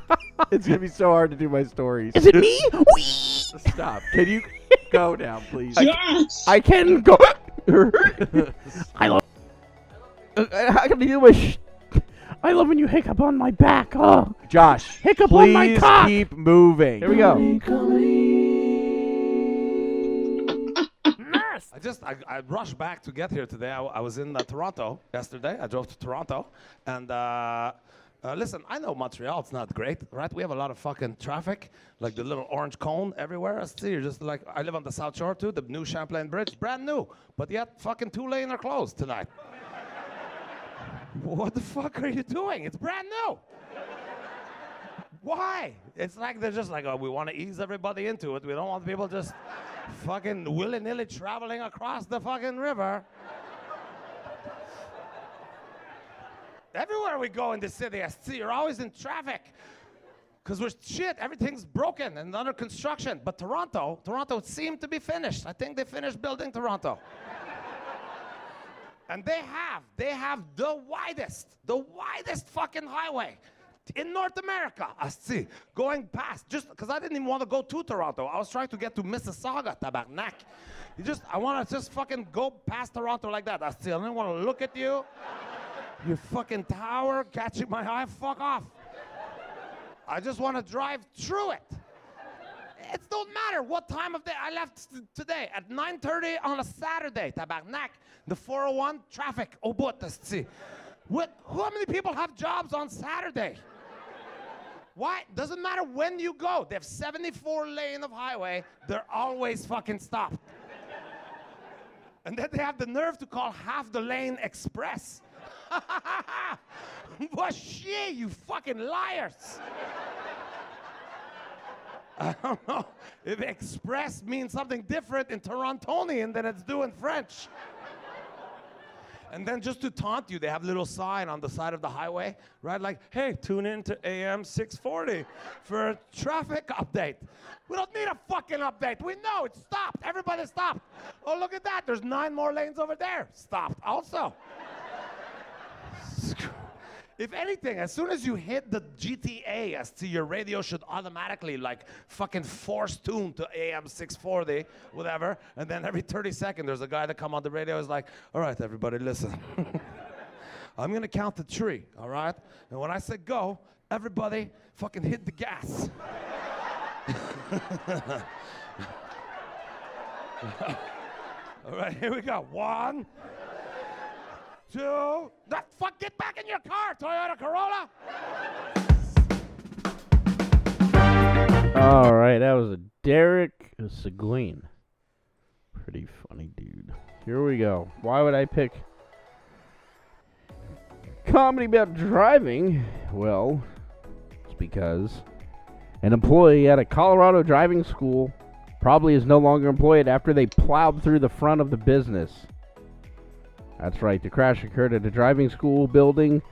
It's going to be so hard to do my stories.
Is it me?
Stop. Can
[laughs]
you go now, please?
Josh!
I can go. I love. Uh, How can I do a sh- I love when you hiccup on my back. Oh,
Josh,
Hiccup on
please
my cock.
keep moving.
here we go.
I just I, I rushed back to get here today. I, I was in uh, Toronto yesterday. I drove to Toronto, and uh, uh, listen, I know Montreal. It's not great, right? We have a lot of fucking traffic, like the little orange cone everywhere. I see. You're just like I live on the South Shore too. The new Champlain Bridge, brand new, but yet fucking two lane are closed tonight. [laughs] what the fuck are you doing? It's brand new. Why? It's like they're just like, oh, we want to ease everybody into it. We don't want people just fucking willy nilly traveling across the fucking river. Everywhere we go in the city, I see you're always in traffic. Because we're shit, everything's broken and under construction. But Toronto, Toronto seemed to be finished. I think they finished building Toronto. and they have, they have the widest, the widest fucking highway in North America. I see, going past, just because I didn't even want to go to Toronto. I was trying to get to Mississauga, Tabarnak. You just, I want to just fucking go past Toronto like that. I see, I didn't want to look at you. Your fucking tower catching my eye, fuck off. I just want to drive through it. It don't matter what time of day. I left t- today at 9:30 on a Saturday. Tabarnak, the 401 traffic. Oh, but let's see. What? How many people have jobs on Saturday? Why? Doesn't matter when you go. They have 74 lane of highway. They're always fucking stopped. And then they have the nerve to call half the lane express. [laughs] well, shit, you fucking liars. [laughs] I don't know if express means something different in Torontonian than it's doing French. And then just to taunt you, they have little sign on the side of the highway, right? Like, hey, tune in to AM 640 for a traffic update. We don't need a fucking update. We know it's stopped. Everybody stopped. Oh, look at that. There's nine more lanes over there. Stopped also. If anything, as soon as you hit the GTA, as to your radio should automatically like fucking force tune to AM 640, whatever. And then every 30 seconds, there's a guy that come on the radio is like, "All right, everybody, listen. [laughs] I'm gonna count the tree, all right? And when I say go, everybody fucking hit the gas." [laughs] all right, here we go. One two. The fuck, get back in your car, Toyota Corolla.
All right, that was a Derek Seguin. Pretty funny dude. Here we go. Why would I pick comedy about driving? Well, it's because an employee at a Colorado driving school probably is no longer employed after they plowed through the front of the business. That's right, the crash occurred at a driving school building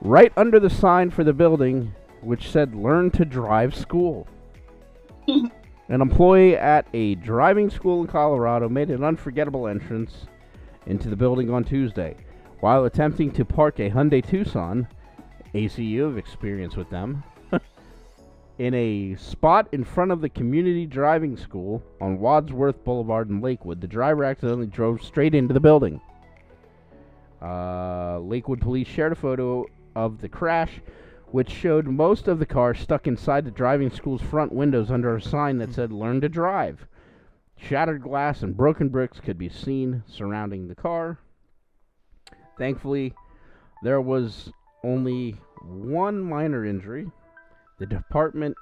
right under the sign for the building, which said Learn to Drive School. an employee at a driving school in Colorado made an unforgettable entrance into the building on Tuesday. While attempting to park a Hyundai Tucson, ACU have experience with them, [laughs] in a spot in front of the community driving school on Wadsworth Boulevard in Lakewood, the driver accidentally drove straight into the building. Uh, Lakewood police shared a photo of the crash, which showed most of the car stuck inside the driving school's front windows under a sign that said "Learn to Drive." Shattered glass and broken bricks could be seen surrounding the car. Thankfully, there was only one minor injury. The department,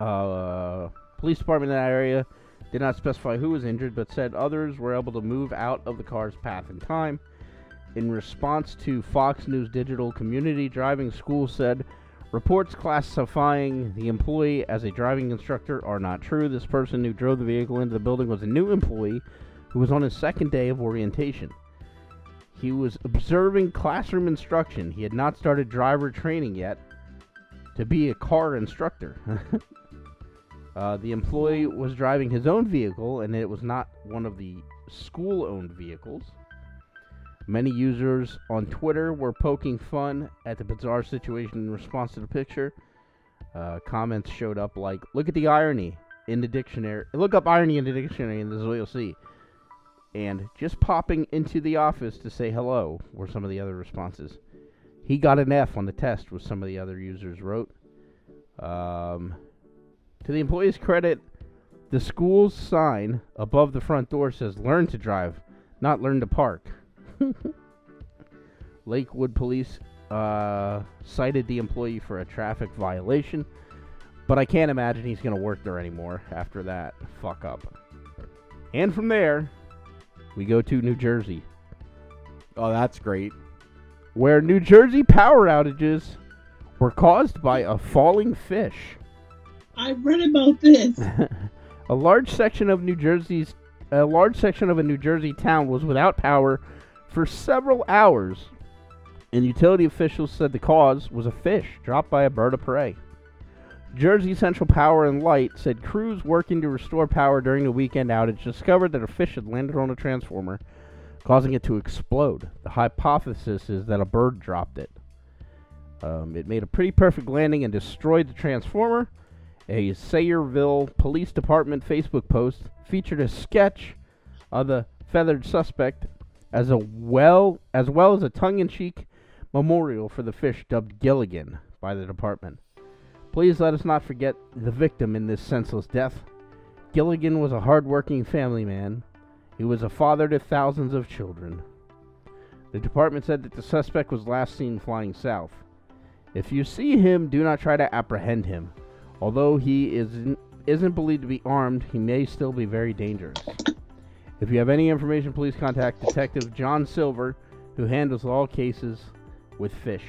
uh, police department in that area, did not specify who was injured, but said others were able to move out of the car's path in time in response to Fox News Digital, Community Driving School said reports classifying the employee as a driving instructor are not true. This person who drove the vehicle into the building was a new employee who was on his second day of orientation. He was observing classroom instruction. He had not started driver training yet to be a car instructor. [laughs] uh, the employee was driving his own vehicle, and it was not one of the school owned vehicles. Many users on Twitter were poking fun at the bizarre situation in response to the picture. Uh, comments showed up like, "Look at the irony in the dictionary. Look up irony in the dictionary, and this is what you'll see." And just popping into the office to say hello were some of the other responses. He got an F on the test, was some of the other users wrote. Um, to the employee's credit, the school's sign above the front door says "Learn to drive, not learn to park." [laughs] Lakewood police uh, cited the employee for a traffic violation, but I can't imagine he's going to work there anymore after that fuck up. And from there, we go to New Jersey,
Oh, that's great.
where New Jersey power outages were caused by a falling fish.
I read about this.
A large section of New Jersey's a large section of a New Jersey town was without power for several hours, and utility officials said the cause was a fish dropped by a bird of prey. Jersey Central Power and Light said crews working to restore power during the weekend outage discovered that a fish had landed on a transformer, causing it to explode. The hypothesis is that a bird dropped it. Um, it made a pretty perfect landing and destroyed the transformer. A Sayreville Police Department Facebook post featured a sketch of the feathered suspect as a well as well as a tongue-in-cheek memorial for the fish dubbed Gilligan by the department. Please let us not forget the victim in this senseless death. Gilligan was a hard-working family man. He was a father to thousands of children. The department said that the suspect was last seen flying south. If you see him, do not try to apprehend him. Although he isn't, isn't believed to be armed, he may still be very dangerous. If you have any information, please contact Detective John Silver, who handles all cases with fish.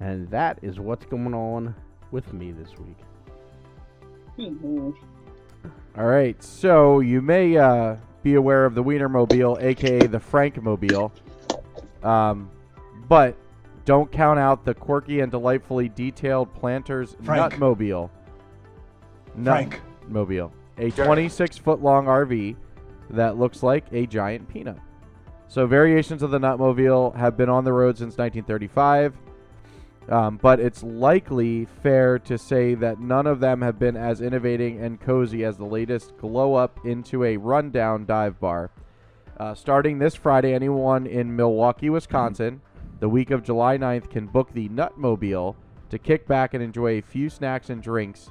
And that is what's going on with me this week.
Good lord.
All right, so you may uh, be aware of the Wienermobile, aka the Frankmobile, um, but don't count out the quirky and delightfully detailed Planters
Frank.
Nutmobile.
Frank.
Nutmobile, a 26 foot long RV that looks like a giant peanut. So variations of the Nutmobile have been on the road since 1935. Um, but it's likely fair to say that none of them have been as innovating and cozy as the latest glow up into a rundown dive bar. Uh, starting this Friday, anyone in Milwaukee, Wisconsin, the week of July 9th, can book the Nutmobile to kick back and enjoy a few snacks and drinks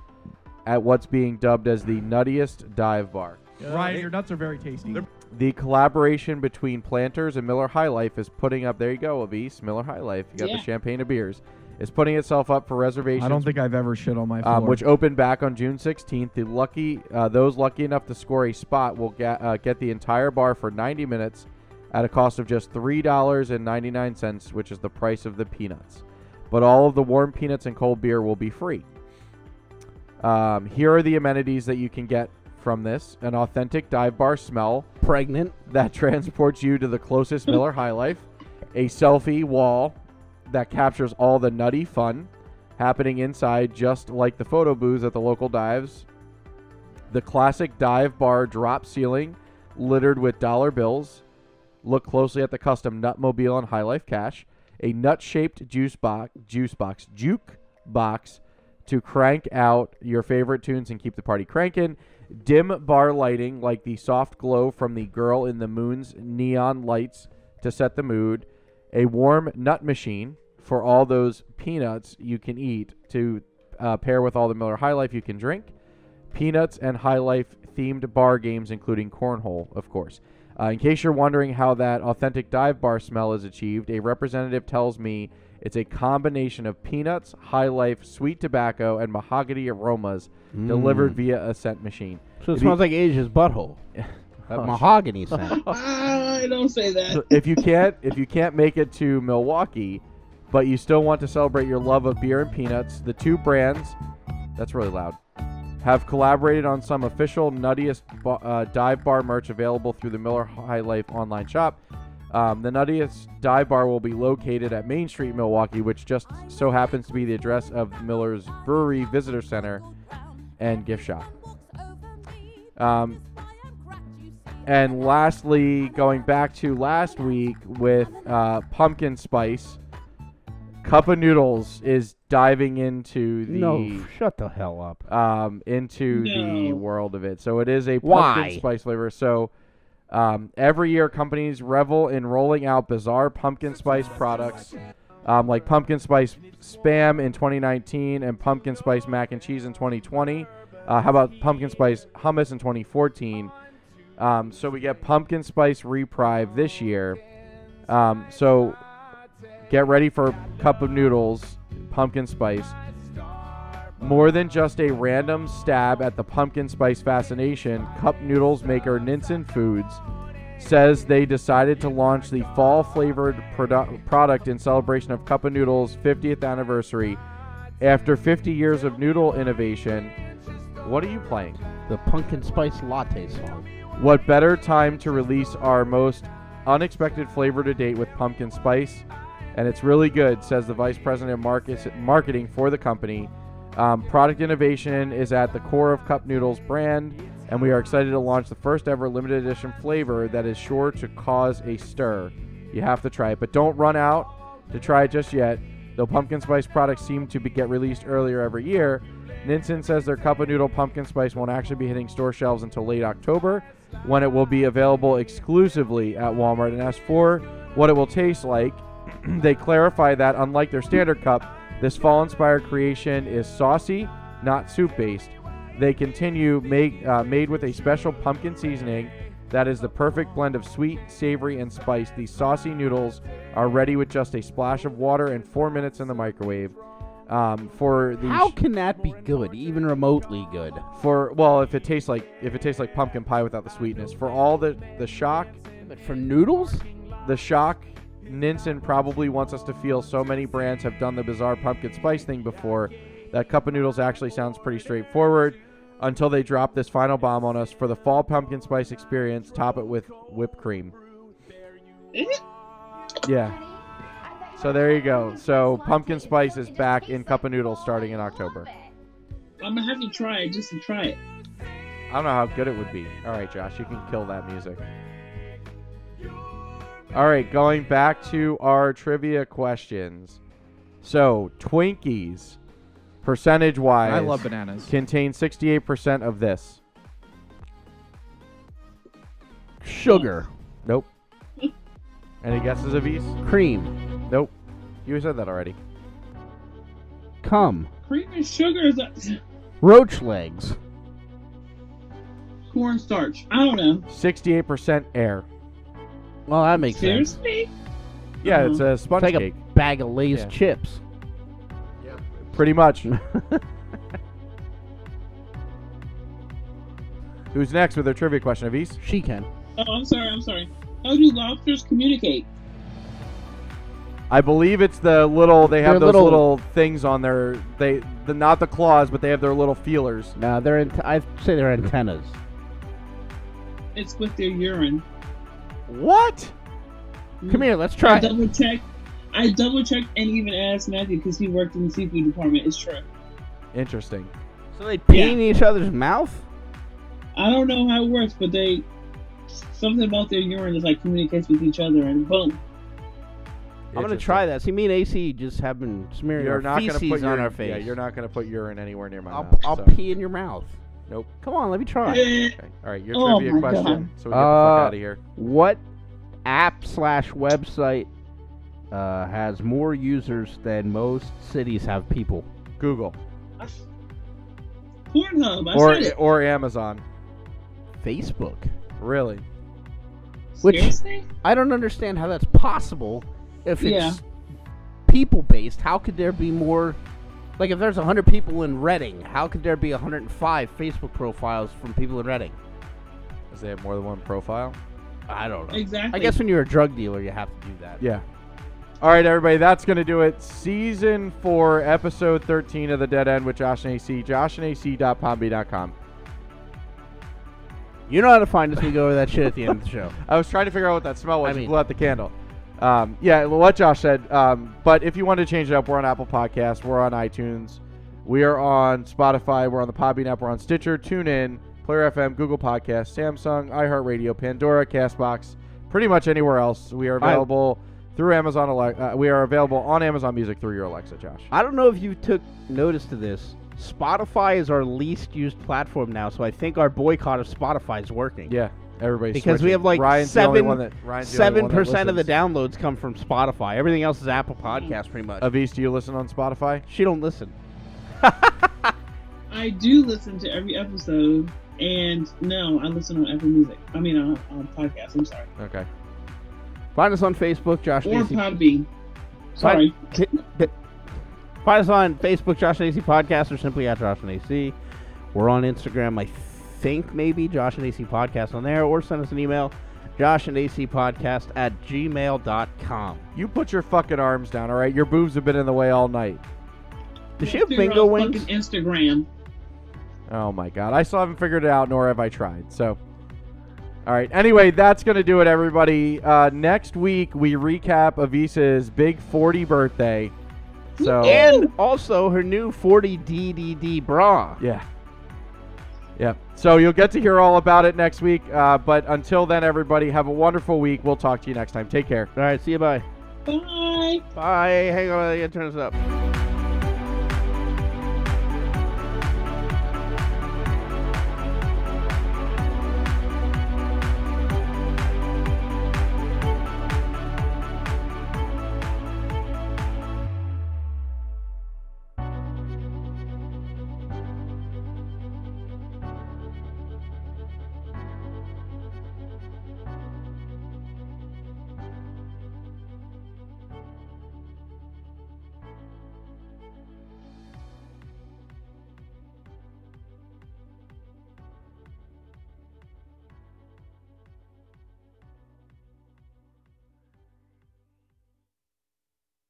at what's being dubbed as the nuttiest dive bar.
Ryan, your nuts are very tasty.
The collaboration between Planters and Miller High Life is putting up. There you go, Avise. Miller High Life. You got
Yeah.
the champagne of beers. Is putting itself up for reservations.
I don't think I've ever shit on my floor.
um, which opened back on June 16th. The lucky, uh, those lucky enough to score a spot will get uh, get the entire bar for 90 minutes, at a cost of just three dollars and 99 cents, which is the price of the peanuts. But all of the warm peanuts and cold beer will be free. Um, here are the amenities that you can get from this: an authentic dive bar smell,
Pregnant.
that transports you to the closest Miller High Life, a selfie wall that captures all the nutty fun happening inside, just like the photo booths at the local dives, the classic dive bar drop ceiling littered with dollar bills. Look closely at the custom Nutmobile and High Life cash, a nut-shaped juice box, juice box, juke box to crank out your favorite tunes and keep the party cranking. Dim bar lighting, like the soft glow from the girl in the moon's neon lights to set the mood. A warm nut machine for all those peanuts you can eat to uh, pair with all the Miller High Life you can drink. Peanuts and High Life themed bar games, including cornhole, of course. Uh, in case you're wondering how that authentic dive bar smell is achieved, a representative tells me it's a combination of peanuts, high life, sweet tobacco, and mahogany aromas delivered via a scent machine.
Hmm. So it
If you-
smells like Asia's butthole. Oh,
That
[laughs] That [laughs]
much.
mahogany scent.
I don't say that.
Oh. So if you can't if you can't make it to Milwaukee, but you still want to celebrate your love of beer and peanuts, the two brands that's really loud have collaborated on some official nuttiest ba- uh, dive bar merch available through the Miller High Life online shop. Um, the nuttiest dive bar will be located at Main Street, Milwaukee, which just so happens to be the address of Miller's Brewery Visitor Center and gift shop. Um, and lastly, going back to last week with uh, pumpkin spice, cup of noodles is diving into the
No, shut the hell up.
um, into the
No.
world of it. So it is a pumpkin
Why?
spice flavor. So um, every year, companies revel in rolling out bizarre pumpkin spice products, um, like pumpkin spice spam in 2019 and pumpkin spice mac and cheese in 2020. Uh, how about pumpkin spice hummus in 2014? Um, so we get pumpkin spice reprive this year. Um, so get ready for a cup of noodles, pumpkin spice. More than just a random stab at the pumpkin spice fascination, cup noodles maker Ninsen Foods says they decided to launch the fall flavored produ- product in celebration of Cup of Noodles' 50th anniversary. After 50 years of noodle innovation, what are you playing?
The pumpkin spice latte song.
What better time to release our most unexpected flavor to date with pumpkin spice? And it's really good, says the vice president of markets, marketing for the company. Um, product innovation is at the core of Cup Noodles brand, and we are excited to launch the first ever limited edition flavor that is sure to cause a stir. You have to try it, but don't run out to try it just yet. Though pumpkin spice products seem to be, get released earlier every year, Ninsen says their cup of noodle pumpkin spice won't actually be hitting store shelves until late October, when it will be available exclusively at Walmart. And as for what it will taste like, [clears throat] they clarify that unlike their standard cup, this fall inspired creation is saucy, not soup based. They continue make, uh, made with a special pumpkin seasoning that is the perfect blend of sweet, savory, and spice. These saucy noodles are ready with just a splash of water and four minutes in the microwave. Um, for the
How can that be good, even remotely good?
for well, if it tastes like if it tastes like pumpkin pie without the sweetness, for all the the shock.
But for noodles,
the shock. Ninsen probably wants us to feel so many brands have done the bizarre pumpkin spice thing before that cup of noodles actually sounds pretty straightforward until they drop this final bomb on us for the fall pumpkin spice experience. Top it with whipped cream. Yeah. So there you go. So pumpkin spice is back in cup of noodles starting in October.
I'm gonna have to try it just to try it.
I don't know how good it would be. All right, Josh, you can kill that music. All right, going back to our trivia questions. So, Twinkies, percentage wise,
I love bananas.
Contain 68% of this.
sugar,
[laughs]
Nope. Any guesses of these?
cream,
Nope. You said that already.
cum,
Cream and sugar is a- [sighs]
roach legs,
cornstarch. I don't know.
68% air.
Well, that makes sense.
Seriously?
Yeah, it's
Mm-hmm.
a sponge
Take
cake.
a bag of Lay's
Yeah.
chips.
[laughs]
Pretty much. Who's next with their trivia question, Avis?
She can.
Oh, I'm sorry. I'm sorry. How do lobsters communicate?
I believe it's the little. They have
Their
those little,
little-
things on their. They the not the claws, but they have their little feelers.
No, they're. Ant- I say they're antennas.
It's with their urine.
What?
Come here, let's try
I
it.
double checked. I double checked and even asked Matthew because he worked in the seafood department. It's true.
Interesting.
So they pee in each other's mouth.
I don't know how it works, but they something about their urine is like communicates with each other, and boom.
I'm gonna
Interesting.
try that. See, me and AC just have been smearing
You're
our
not gonna
feces
put urine,
on our face.
Yeah, you're not gonna put urine anywhere near my
I'll,
mouth.
I'll
so.
pee in your mouth.
Nope.
Come on, let me try.
Okay. All right, your
Oh
trivia
my
question.
God.
So we get the fuck
Uh,
out of here.
What app slash website uh, has more users than most cities have people?
Google
Pornhub. I
or
said it.
or Amazon.
Facebook.
Really?
which-
Seriously?
I don't understand how that's possible. If it's
Yeah.
people based, how could there be more? Like, if there's 100 people in Reading, how could there be 105 Facebook profiles from people in Reading?
Because they have more than one profile.
I don't know. I
Exactly.
guess when you're a drug dealer, you have to do that.
Yeah. All right, everybody, that's going to do it. Season 4, episode 13 of The Dead End with Josh and AC, joshandac.pomby.com.
You know how to find us. We go over that shit at the end of the show.
I was trying to figure out what that smell was.
I
I
mean-
blew out the candle. Um, yeah, what Josh said. Um, but if you want to change it up, we're on Apple Podcasts, we're on iTunes, we are on Spotify, we're on the Podbean app, we're on Stitcher, TuneIn, Player FM, Google Podcasts, Samsung, iHeartRadio, Pandora, Castbox, pretty much anywhere else. We are
I-
available through Amazon. Ale- uh, we are available on Amazon Music through your Alexa, Josh.
I don't know if you took notice to this. Spotify is our least used platform now, so I think our boycott of Spotify is working.
Yeah, everybody's
Because we
switching.
have like
Ryan's the only
seven
one that Ryan's the only
seven
one that
percent of the
listens.
downloads come from Spotify. Everything else is Apple Podcasts, pretty much.
Avis, do you listen on Spotify?
She don't listen.
I do listen to every episode, and no, I listen on Apple Music. I mean, on, on podcasts. I'm sorry.
Okay.
Find us on Facebook, Josh
Or
Nacy.
Podbean. Sorry.
Find us on Facebook, Josh and AC Podcast, or simply at Josh and AC. We're on Instagram, I think maybe Josh and AC Podcast on there, or send us an email Josh and AC podcast at gmail.com.
You put your fucking arms down, all right? Your boobs have been in the way all night.
Does she have bingo wings?
Fucking Instagram.
Oh my god, I still haven't figured it out, nor have I tried. So, all right. Anyway, that's gonna do it, everybody. Uh, next week we recap Avisa's big 40 birthday. So
And also her new 40 DDD bra.
yeah, yep. So you'll get to hear all about it next week. Uh, but until then, everybody have a wonderful week. We'll talk to you next time. Take care.
All right, see you. Bye.
Bye.
Bye. Hang on, I gotta turn this up.